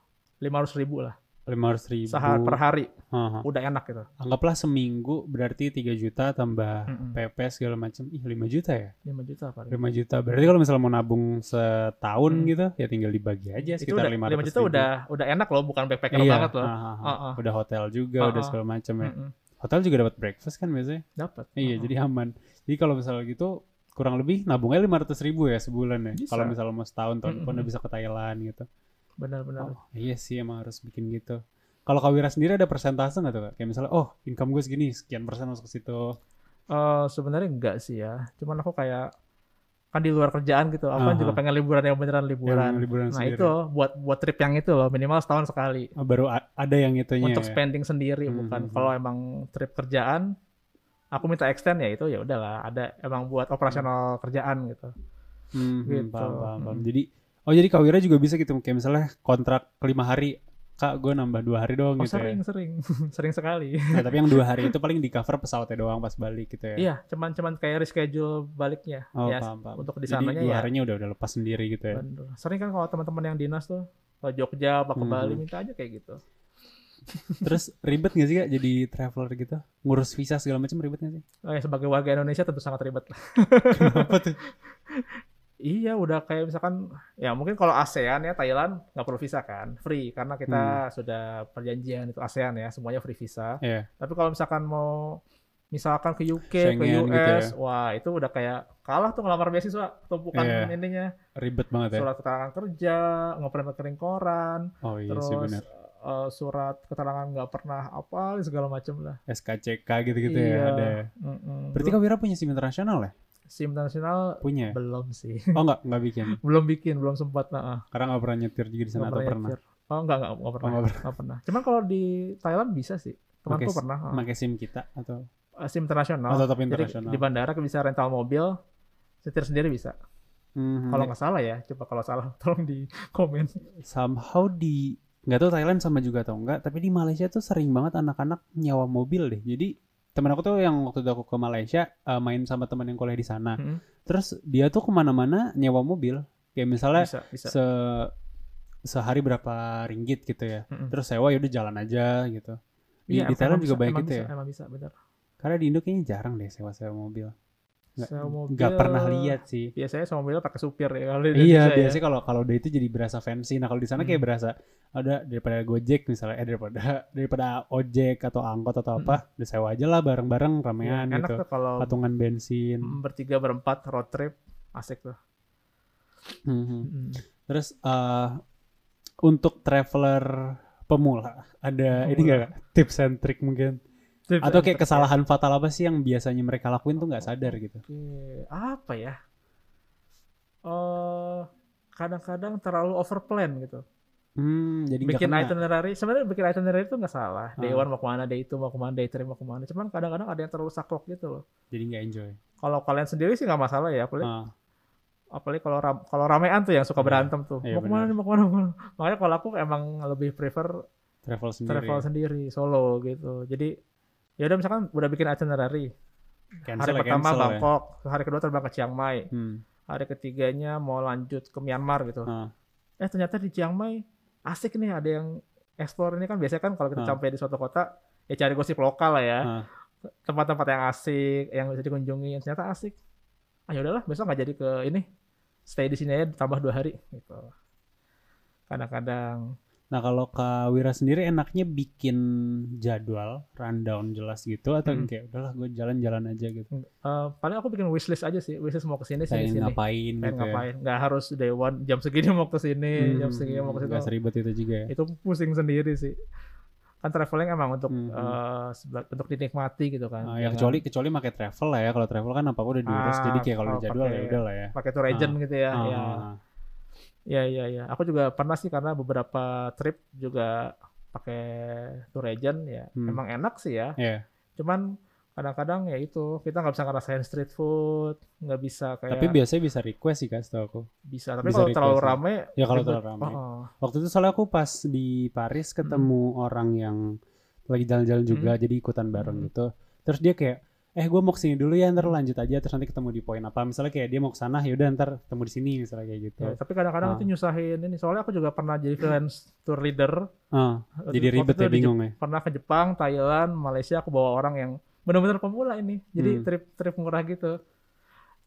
[SPEAKER 2] 500 ribu lah
[SPEAKER 1] lima ratus ribu. Nah,
[SPEAKER 2] sehari per hari
[SPEAKER 1] Aha.
[SPEAKER 2] udah enak gitu
[SPEAKER 1] Anggaplah seminggu berarti 3 juta tambah
[SPEAKER 2] Mm-mm.
[SPEAKER 1] PP segala macam. Ih 5 juta ya.
[SPEAKER 2] 5 juta paling
[SPEAKER 1] 5 juta. Berarti kalau misalnya mau nabung setahun
[SPEAKER 2] Hmm.
[SPEAKER 1] gitu ya tinggal dibagi aja
[SPEAKER 2] itu
[SPEAKER 1] sekitar
[SPEAKER 2] udah,
[SPEAKER 1] 500
[SPEAKER 2] 5 juta
[SPEAKER 1] ribu.
[SPEAKER 2] udah udah enak loh bukan backpacker
[SPEAKER 1] Iya,
[SPEAKER 2] banget loh
[SPEAKER 1] aha, aha.
[SPEAKER 2] Ah, ah.
[SPEAKER 1] Udah hotel juga,
[SPEAKER 2] Ah,
[SPEAKER 1] udah
[SPEAKER 2] ah.
[SPEAKER 1] segala macam ya.
[SPEAKER 2] Mm-mm.
[SPEAKER 1] Hotel juga dapat breakfast kan biasanya.
[SPEAKER 2] dapat
[SPEAKER 1] Iya,
[SPEAKER 2] Mm-mm.
[SPEAKER 1] jadi aman. Jadi kalau misalnya gitu kurang lebih nabungnya 500 ribu ya sebulan ya.
[SPEAKER 2] Bisa. Hmm,
[SPEAKER 1] Kalau misalnya mau setahun tahun depan
[SPEAKER 2] Mm-mm.
[SPEAKER 1] udah bisa ke Thailand gitu.
[SPEAKER 2] benar-benar
[SPEAKER 1] Oh, iya sih emang harus bikin gitu. Kalau Kawira sendiri ada persentase nggak tuh Kak? Kayak misalnya, oh income gue segini, sekian persen masuk ke situ.
[SPEAKER 2] Eh, sebenarnya enggak sih ya cuman aku kayak kan di luar kerjaan gitu aku
[SPEAKER 1] Aha.
[SPEAKER 2] kan juga pengen liburan yang beneran liburan
[SPEAKER 1] Yang liburan
[SPEAKER 2] nah
[SPEAKER 1] sendiri.
[SPEAKER 2] itu buat buat trip yang itu loh minimal setahun sekali
[SPEAKER 1] Oh, Baru a- ada yang itunya
[SPEAKER 2] untuk
[SPEAKER 1] ya.
[SPEAKER 2] spending sendiri
[SPEAKER 1] Hmm,
[SPEAKER 2] bukan
[SPEAKER 1] hmm,
[SPEAKER 2] kalau emang trip kerjaan aku minta extend ya itu ya udahlah ada emang buat operasional kerjaan gitu
[SPEAKER 1] Hmm, hmm,
[SPEAKER 2] gitu.
[SPEAKER 1] paham, paham, paham.
[SPEAKER 2] Hmm.
[SPEAKER 1] Jadi, oh jadi Kawira juga bisa gitu. Kayak misalnya kontrak lima hari, Kak gue nambah dua hari doang
[SPEAKER 2] Oh,
[SPEAKER 1] gitu ya.
[SPEAKER 2] sering sering [LAUGHS] sering sekali
[SPEAKER 1] Nah, tapi yang dua hari itu paling di cover pesawatnya doang pas balik gitu ya.
[SPEAKER 2] iya cuman cuman kayak reschedule baliknya
[SPEAKER 1] Oh,
[SPEAKER 2] ya
[SPEAKER 1] paham, paham.
[SPEAKER 2] untuk di
[SPEAKER 1] Jadi
[SPEAKER 2] sananya
[SPEAKER 1] dua
[SPEAKER 2] ya
[SPEAKER 1] harinya udah udah lepas sendiri gitu ya.
[SPEAKER 2] bener. sering kan kalau teman-teman yang dinas tuh ke Jogja apa ke
[SPEAKER 1] Hmm.
[SPEAKER 2] Bali minta aja kayak gitu
[SPEAKER 1] Terus ribet gak sih kak jadi traveler gitu? Ngurus visa segala macam ribet gak sih?
[SPEAKER 2] Oh ya, sebagai warga Indonesia tentu sangat ribet lah.
[SPEAKER 1] [LAUGHS] Kenapa tuh?
[SPEAKER 2] [LAUGHS] Iya, udah kayak misalkan ya mungkin kalau ASEAN ya Thailand nggak perlu visa kan, free karena kita sudah perjanjian itu ASEAN ya semuanya free visa.
[SPEAKER 1] Hmm. Iya.
[SPEAKER 2] Tapi kalau misalkan mau misalkan ke UK, ke
[SPEAKER 1] Schengen gitu
[SPEAKER 2] US, wah itu udah kayak kalah tuh ngelamar beasiswa tumpukan
[SPEAKER 1] Iya.
[SPEAKER 2] ininya
[SPEAKER 1] Ribet banget ya?
[SPEAKER 2] surat keterangan kerja, ngeprint ngeprint koran,
[SPEAKER 1] Oh iya
[SPEAKER 2] terus
[SPEAKER 1] sih benar.
[SPEAKER 2] eh, surat keterangan nggak pernah apa segala macam lah.
[SPEAKER 1] SKCK gitu-gitu
[SPEAKER 2] Iya.
[SPEAKER 1] ya ada.
[SPEAKER 2] Mm-mm.
[SPEAKER 1] Berarti Kak Wira punya SIM internasional ya?
[SPEAKER 2] SIM nasional [LAUGHS]
[SPEAKER 1] Punya ya?
[SPEAKER 2] belum sih,
[SPEAKER 1] Oh enggak, enggak bikin.
[SPEAKER 2] belum bikin, belum sempat. nah, ah.
[SPEAKER 1] Karena enggak pernah nyetir juga di sana
[SPEAKER 2] Nggak
[SPEAKER 1] atau
[SPEAKER 2] pernah
[SPEAKER 1] pernah?
[SPEAKER 2] nyetir. Oh enggak, enggak, enggak pernah.
[SPEAKER 1] Oh, nggak
[SPEAKER 2] enggak, pernah. Cuman kalau di Thailand bisa sih. Temanku
[SPEAKER 1] Pakai-
[SPEAKER 2] pernah. ah.
[SPEAKER 1] Pakai SIM kita atau
[SPEAKER 2] SIM internasional.
[SPEAKER 1] atau tetap
[SPEAKER 2] Oh, Jadi
[SPEAKER 1] Oh, internasional?
[SPEAKER 2] di bandara bisa rental mobil, setir sendiri bisa.
[SPEAKER 1] Mhm.
[SPEAKER 2] Kalau nggak salah ya, coba kalau salah [LAUGHS] tolong di komen.
[SPEAKER 1] somehow di nggak tahu Thailand sama juga atau enggak tapi di Malaysia tuh sering banget anak-anak nyawa mobil deh jadi temen aku tuh yang waktu itu aku ke Malaysia eh, main sama temen yang kuliah di sana
[SPEAKER 2] Mhm.
[SPEAKER 1] terus dia tuh kemana-mana nyawa mobil kayak misalnya
[SPEAKER 2] Bisa, bisa.
[SPEAKER 1] se sehari berapa ringgit gitu ya
[SPEAKER 2] Mm-mm.
[SPEAKER 1] terus sewa yaudah jalan aja gitu di,
[SPEAKER 2] Hmm, Iya,
[SPEAKER 1] di
[SPEAKER 2] emang
[SPEAKER 1] Thailand
[SPEAKER 2] bisa,
[SPEAKER 1] juga banyak
[SPEAKER 2] emang
[SPEAKER 1] gitu
[SPEAKER 2] bisa,
[SPEAKER 1] ya
[SPEAKER 2] Emang bisa, benar.
[SPEAKER 1] karena di Indo kayaknya jarang deh sewa-sewa mobil nggak
[SPEAKER 2] Sewa mobil-
[SPEAKER 1] nggak pernah lihat sih
[SPEAKER 2] Biasanya sama mobil pakai supir ya. Kalau di Indonesia
[SPEAKER 1] Iya,
[SPEAKER 2] ya.
[SPEAKER 1] biasanya kalau kalau udah itu jadi berasa fancy. Nah, kalau di sana kayak
[SPEAKER 2] Hmm.
[SPEAKER 1] berasa ada daripada Gojek misalnya eh daripada [LAUGHS] daripada ojek atau angkot atau apa, udah sewa aja lah bareng-bareng
[SPEAKER 2] Hmm. Iya,
[SPEAKER 1] ramean
[SPEAKER 2] Enak
[SPEAKER 1] gitu.
[SPEAKER 2] tuh kalau
[SPEAKER 1] Patungan bensin.
[SPEAKER 2] mm, bertiga berempat road trip asik tuh.
[SPEAKER 1] Mhm.
[SPEAKER 2] Mm.
[SPEAKER 1] Terus eh untuk traveler pemula ada ini
[SPEAKER 2] Pemula.
[SPEAKER 1] enggak tips and trick mungkin
[SPEAKER 2] Tips
[SPEAKER 1] atau kayak
[SPEAKER 2] and trick. ya.
[SPEAKER 1] kesalahan fatal apa sih yang biasanya mereka lakuin tuh nggak sadar gitu.
[SPEAKER 2] Oke, apa ya? Eh kadang-kadang terlalu overplan gitu.
[SPEAKER 1] Hmm, jadi nggak
[SPEAKER 2] Bikin
[SPEAKER 1] kena.
[SPEAKER 2] itinerary, sebenarnya bikin itinerary itu nggak salah. Day
[SPEAKER 1] Ah.
[SPEAKER 2] one mau kemana, day two mau kemana, day three mau kemana. Cuman kadang-kadang ada yang terlalu saklok gitu loh.
[SPEAKER 1] Jadi nggak enjoy.
[SPEAKER 2] Kalau kalian sendiri sih nggak masalah ya, apalagi,
[SPEAKER 1] Ah,
[SPEAKER 2] apalagi kalau ram- kalau ramean tuh yang suka
[SPEAKER 1] Iya.
[SPEAKER 2] berantem tuh.
[SPEAKER 1] Iya,
[SPEAKER 2] mau kemana,
[SPEAKER 1] benar.
[SPEAKER 2] nih, mau kemana, mau kemana. Makanya kalau aku emang lebih prefer
[SPEAKER 1] travel sendiri.
[SPEAKER 2] travel sendiri, solo gitu. Jadi ya udah misalkan udah bikin itinerary.
[SPEAKER 1] Cancel
[SPEAKER 2] hari
[SPEAKER 1] ya,
[SPEAKER 2] pertama
[SPEAKER 1] cancel ya.
[SPEAKER 2] Bangkok, hari kedua terbang ke Chiang Mai.
[SPEAKER 1] Hmm.
[SPEAKER 2] hari ketiganya mau lanjut ke Myanmar gitu.
[SPEAKER 1] Ah.
[SPEAKER 2] Eh ternyata di Chiang Mai asik nih ada yang explore ini kan biasanya kan kalau kita
[SPEAKER 1] Ah.
[SPEAKER 2] sampai di suatu kota ya cari gosip lokal lah ya.
[SPEAKER 1] Ah.
[SPEAKER 2] Tempat-tempat yang asik yang bisa dikunjungi yang ternyata asik. Ayo udahlah besok nggak jadi ke ini stay di sini aja tambah dua hari gitu. Kadang-kadang
[SPEAKER 1] Nah kalau Kak Wira sendiri enaknya bikin jadwal rundown jelas gitu atau
[SPEAKER 2] Mm.
[SPEAKER 1] kayak udahlah gue jalan-jalan aja gitu.
[SPEAKER 2] eh, paling aku bikin wishlist aja Iya, sih wishlist mau ke sini sini
[SPEAKER 1] Pengen
[SPEAKER 2] sini.
[SPEAKER 1] ngapain
[SPEAKER 2] Pengen
[SPEAKER 1] gitu ya.
[SPEAKER 2] ngapain? Nggak harus day one jam segini mau ke sini, jam segini mau ke situ.
[SPEAKER 1] Gak seribet itu juga ya.
[SPEAKER 2] itu pusing sendiri sih kan traveling emang untuk
[SPEAKER 1] Mhm.
[SPEAKER 2] eh, seba- untuk dinikmati gitu kan
[SPEAKER 1] Ah, ya
[SPEAKER 2] ya kan?
[SPEAKER 1] kecuali kecuali pakai travel lah ya. Kalau travel kan apa udah diurus
[SPEAKER 2] Ah,
[SPEAKER 1] jadi kayak kalau
[SPEAKER 2] kalau
[SPEAKER 1] jadwal ya
[SPEAKER 2] pakai-
[SPEAKER 1] udah lah ya.
[SPEAKER 2] pakai tour agent gitu ya
[SPEAKER 1] Ah,
[SPEAKER 2] ya.
[SPEAKER 1] ah, ah.
[SPEAKER 2] ya ya ya aku juga pernah sih karena beberapa trip juga pakai tour agent ya
[SPEAKER 1] Hmm.
[SPEAKER 2] emang enak sih ya
[SPEAKER 1] Iya.
[SPEAKER 2] cuman kadang-kadang ya itu kita nggak bisa ngerasain street food nggak bisa kayak
[SPEAKER 1] Tapi biasanya bisa request sih Kak setahu aku.
[SPEAKER 2] bisa tapi
[SPEAKER 1] bisa
[SPEAKER 2] kalau
[SPEAKER 1] request
[SPEAKER 2] terlalu
[SPEAKER 1] ya.
[SPEAKER 2] rame
[SPEAKER 1] Ya kalau
[SPEAKER 2] ribet.
[SPEAKER 1] terlalu ramai.
[SPEAKER 2] Oh, oh.
[SPEAKER 1] Waktu itu soalnya aku pas di Paris ketemu
[SPEAKER 2] Hmm.
[SPEAKER 1] orang yang lagi jalan-jalan juga, jadi ikutan bareng
[SPEAKER 2] Mm.
[SPEAKER 1] gitu. Terus dia kayak, eh gue mau kesini dulu ya, ntar lanjut aja, terus nanti ketemu di poin apa. Misalnya kayak dia mau kesana, yaudah ntar ketemu di sini, misalnya kayak gitu.
[SPEAKER 2] Ya, tapi kadang-kadang
[SPEAKER 1] Ah.
[SPEAKER 2] itu nyusahin ini soalnya aku juga pernah jadi freelance tour leader
[SPEAKER 1] Ah, jadi
[SPEAKER 2] Waktu
[SPEAKER 1] ribet
[SPEAKER 2] itu
[SPEAKER 1] ya,
[SPEAKER 2] di
[SPEAKER 1] bingung ya.
[SPEAKER 2] pernah ke Jepang, Thailand, Malaysia aku bawa orang yang benar-benar pemula ini. Jadi
[SPEAKER 1] Hmm.
[SPEAKER 2] trip-trip murah gitu.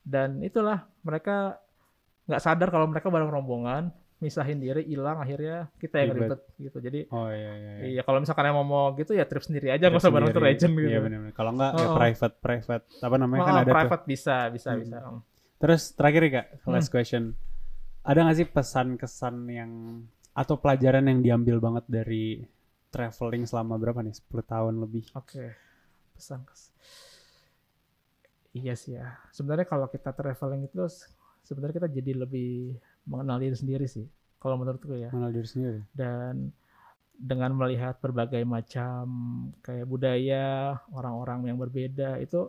[SPEAKER 2] Dan itulah mereka nggak sadar kalau mereka bareng rombongan, misahin diri, hilang akhirnya kita yang
[SPEAKER 1] Ribet.
[SPEAKER 2] ribet gitu. Jadi
[SPEAKER 1] Oh iya iya. iya.
[SPEAKER 2] iya kalau misalkan emang mau gitu ya trip sendiri aja nggak usah bareng tour
[SPEAKER 1] Sendiri.
[SPEAKER 2] agent gitu.
[SPEAKER 1] Iya benar-benar. Kalau enggak ya
[SPEAKER 2] Oh, oh.
[SPEAKER 1] private private. Apa namanya kan
[SPEAKER 2] Oh,
[SPEAKER 1] ada tuh.
[SPEAKER 2] private Hmm. bisa, bisa,
[SPEAKER 1] Hmm.
[SPEAKER 2] bisa.
[SPEAKER 1] Terus terakhir ya kak, last question. Ada nggak sih pesan kesan yang atau pelajaran yang diambil banget dari traveling selama berapa nih? 10 tahun lebih.
[SPEAKER 2] Oke. Pesan kes- Iya sih ya. Sebenarnya kalau kita traveling itu sebenarnya kita jadi lebih mengenal diri sendiri sih. Kalau menurutku ya.
[SPEAKER 1] Mengenal diri sendiri.
[SPEAKER 2] dan dengan melihat berbagai macam kayak budaya orang-orang yang berbeda itu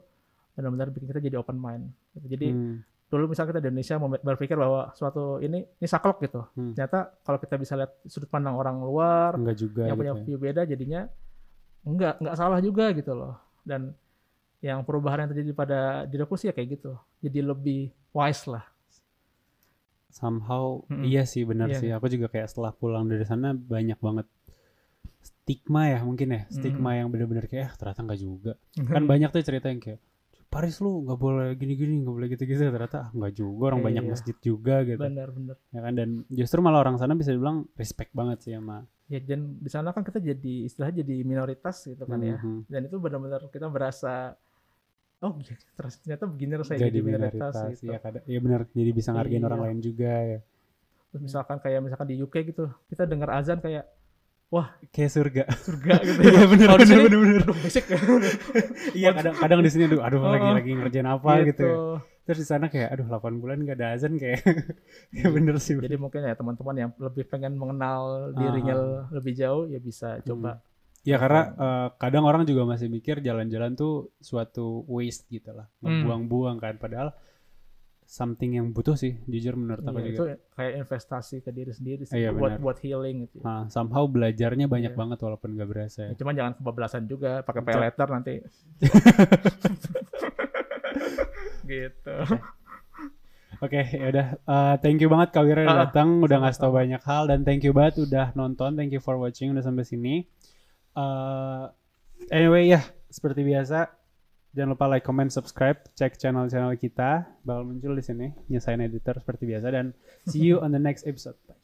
[SPEAKER 2] benar-benar bikin kita jadi open mind. gitu. Jadi
[SPEAKER 1] Hmm.
[SPEAKER 2] dulu misalnya kita di Indonesia mem- berpikir bahwa suatu ini ini saklek gitu.
[SPEAKER 1] Hmm.
[SPEAKER 2] Ternyata kalau kita bisa lihat sudut pandang orang luar
[SPEAKER 1] Enggak juga gitu
[SPEAKER 2] yang punya
[SPEAKER 1] ya.
[SPEAKER 2] view beda jadinya nggak nggak salah juga gitu loh. Dan yang perubahan yang terjadi pada diriku sih ya kayak gitu. Jadi lebih wise lah.
[SPEAKER 1] somehow
[SPEAKER 2] Mm-mm.
[SPEAKER 1] iya sih benar
[SPEAKER 2] Iya
[SPEAKER 1] sih aku juga kayak setelah pulang dari sana banyak banget stigma ya mungkin ya stigma yang benar-benar kayak "Ah, ternyata nggak juga kan
[SPEAKER 2] [LAUGHS]
[SPEAKER 1] banyak tuh cerita yang kayak Paris lu nggak boleh gini-gini nggak boleh gitu-gitu ternyata "Ah, nggak juga orang banyak
[SPEAKER 2] Iya.
[SPEAKER 1] masjid juga gitu
[SPEAKER 2] Benar-benar.
[SPEAKER 1] ya kan dan justru malah orang sana bisa dibilang respect banget sih sama
[SPEAKER 2] Ya dan di sana kan kita jadi istilahnya jadi minoritas gitu kan ya.
[SPEAKER 1] Mhm.
[SPEAKER 2] dan itu benar-benar kita berasa oh gini, terus ternyata begini rasanya
[SPEAKER 1] jadi minoritas
[SPEAKER 2] gitu.
[SPEAKER 1] ya kadang ya benar jadi bisa ngargain
[SPEAKER 2] Iya.
[SPEAKER 1] orang lain juga ya
[SPEAKER 2] Terus misalkan kayak misalkan di UK gitu kita dengar azan kayak
[SPEAKER 1] kayak surga [LAUGHS]
[SPEAKER 2] surga gitu
[SPEAKER 1] Iya, bener,
[SPEAKER 2] Kalau di
[SPEAKER 1] bener,
[SPEAKER 2] sini,
[SPEAKER 1] bener, bener.
[SPEAKER 2] aduh, basic
[SPEAKER 1] [LAUGHS] iya kadang kadang di sini aduh aduh lagi
[SPEAKER 2] Oh,
[SPEAKER 1] lagi ngerjain apa gitu ya. terus di sana kayak aduh 8 bulan gak ada azan kayak [LAUGHS] ya bener sih
[SPEAKER 2] jadi mungkin ya teman-teman yang lebih pengen mengenal dirinya lebih jauh ya bisa coba
[SPEAKER 1] ya karena eh, kadang orang juga masih mikir jalan-jalan tuh suatu waste gitu lah
[SPEAKER 2] Hmm.
[SPEAKER 1] membuang-buang kan padahal something yang butuh sih jujur menurut aku
[SPEAKER 2] Iya,
[SPEAKER 1] juga
[SPEAKER 2] itu kayak investasi ke diri sendiri sih
[SPEAKER 1] Iya, benar.
[SPEAKER 2] buat buat healing gitu.
[SPEAKER 1] Ah, somehow belajarnya banyak
[SPEAKER 2] Iya.
[SPEAKER 1] banget walaupun gak berasa ya.
[SPEAKER 2] Ya, cuman jangan kebablasan juga pakai
[SPEAKER 1] Ja-
[SPEAKER 2] pay letter
[SPEAKER 1] [LAUGHS]
[SPEAKER 2] nanti. [LAUGHS] gitu.
[SPEAKER 1] Oke, ya udah. Eh, thank you banget Kak Wira
[SPEAKER 2] Ah,
[SPEAKER 1] udah datang, udah
[SPEAKER 2] sama-sama.
[SPEAKER 1] ngasih tau banyak hal dan thank you banget udah nonton, thank you for watching udah sampai sini. Eh, anyway ya, seperti biasa jangan lupa like, comment, subscribe, cek channel-channel kita bakal muncul di sini, nyesain editor seperti biasa dan see you on the next episode. Bye.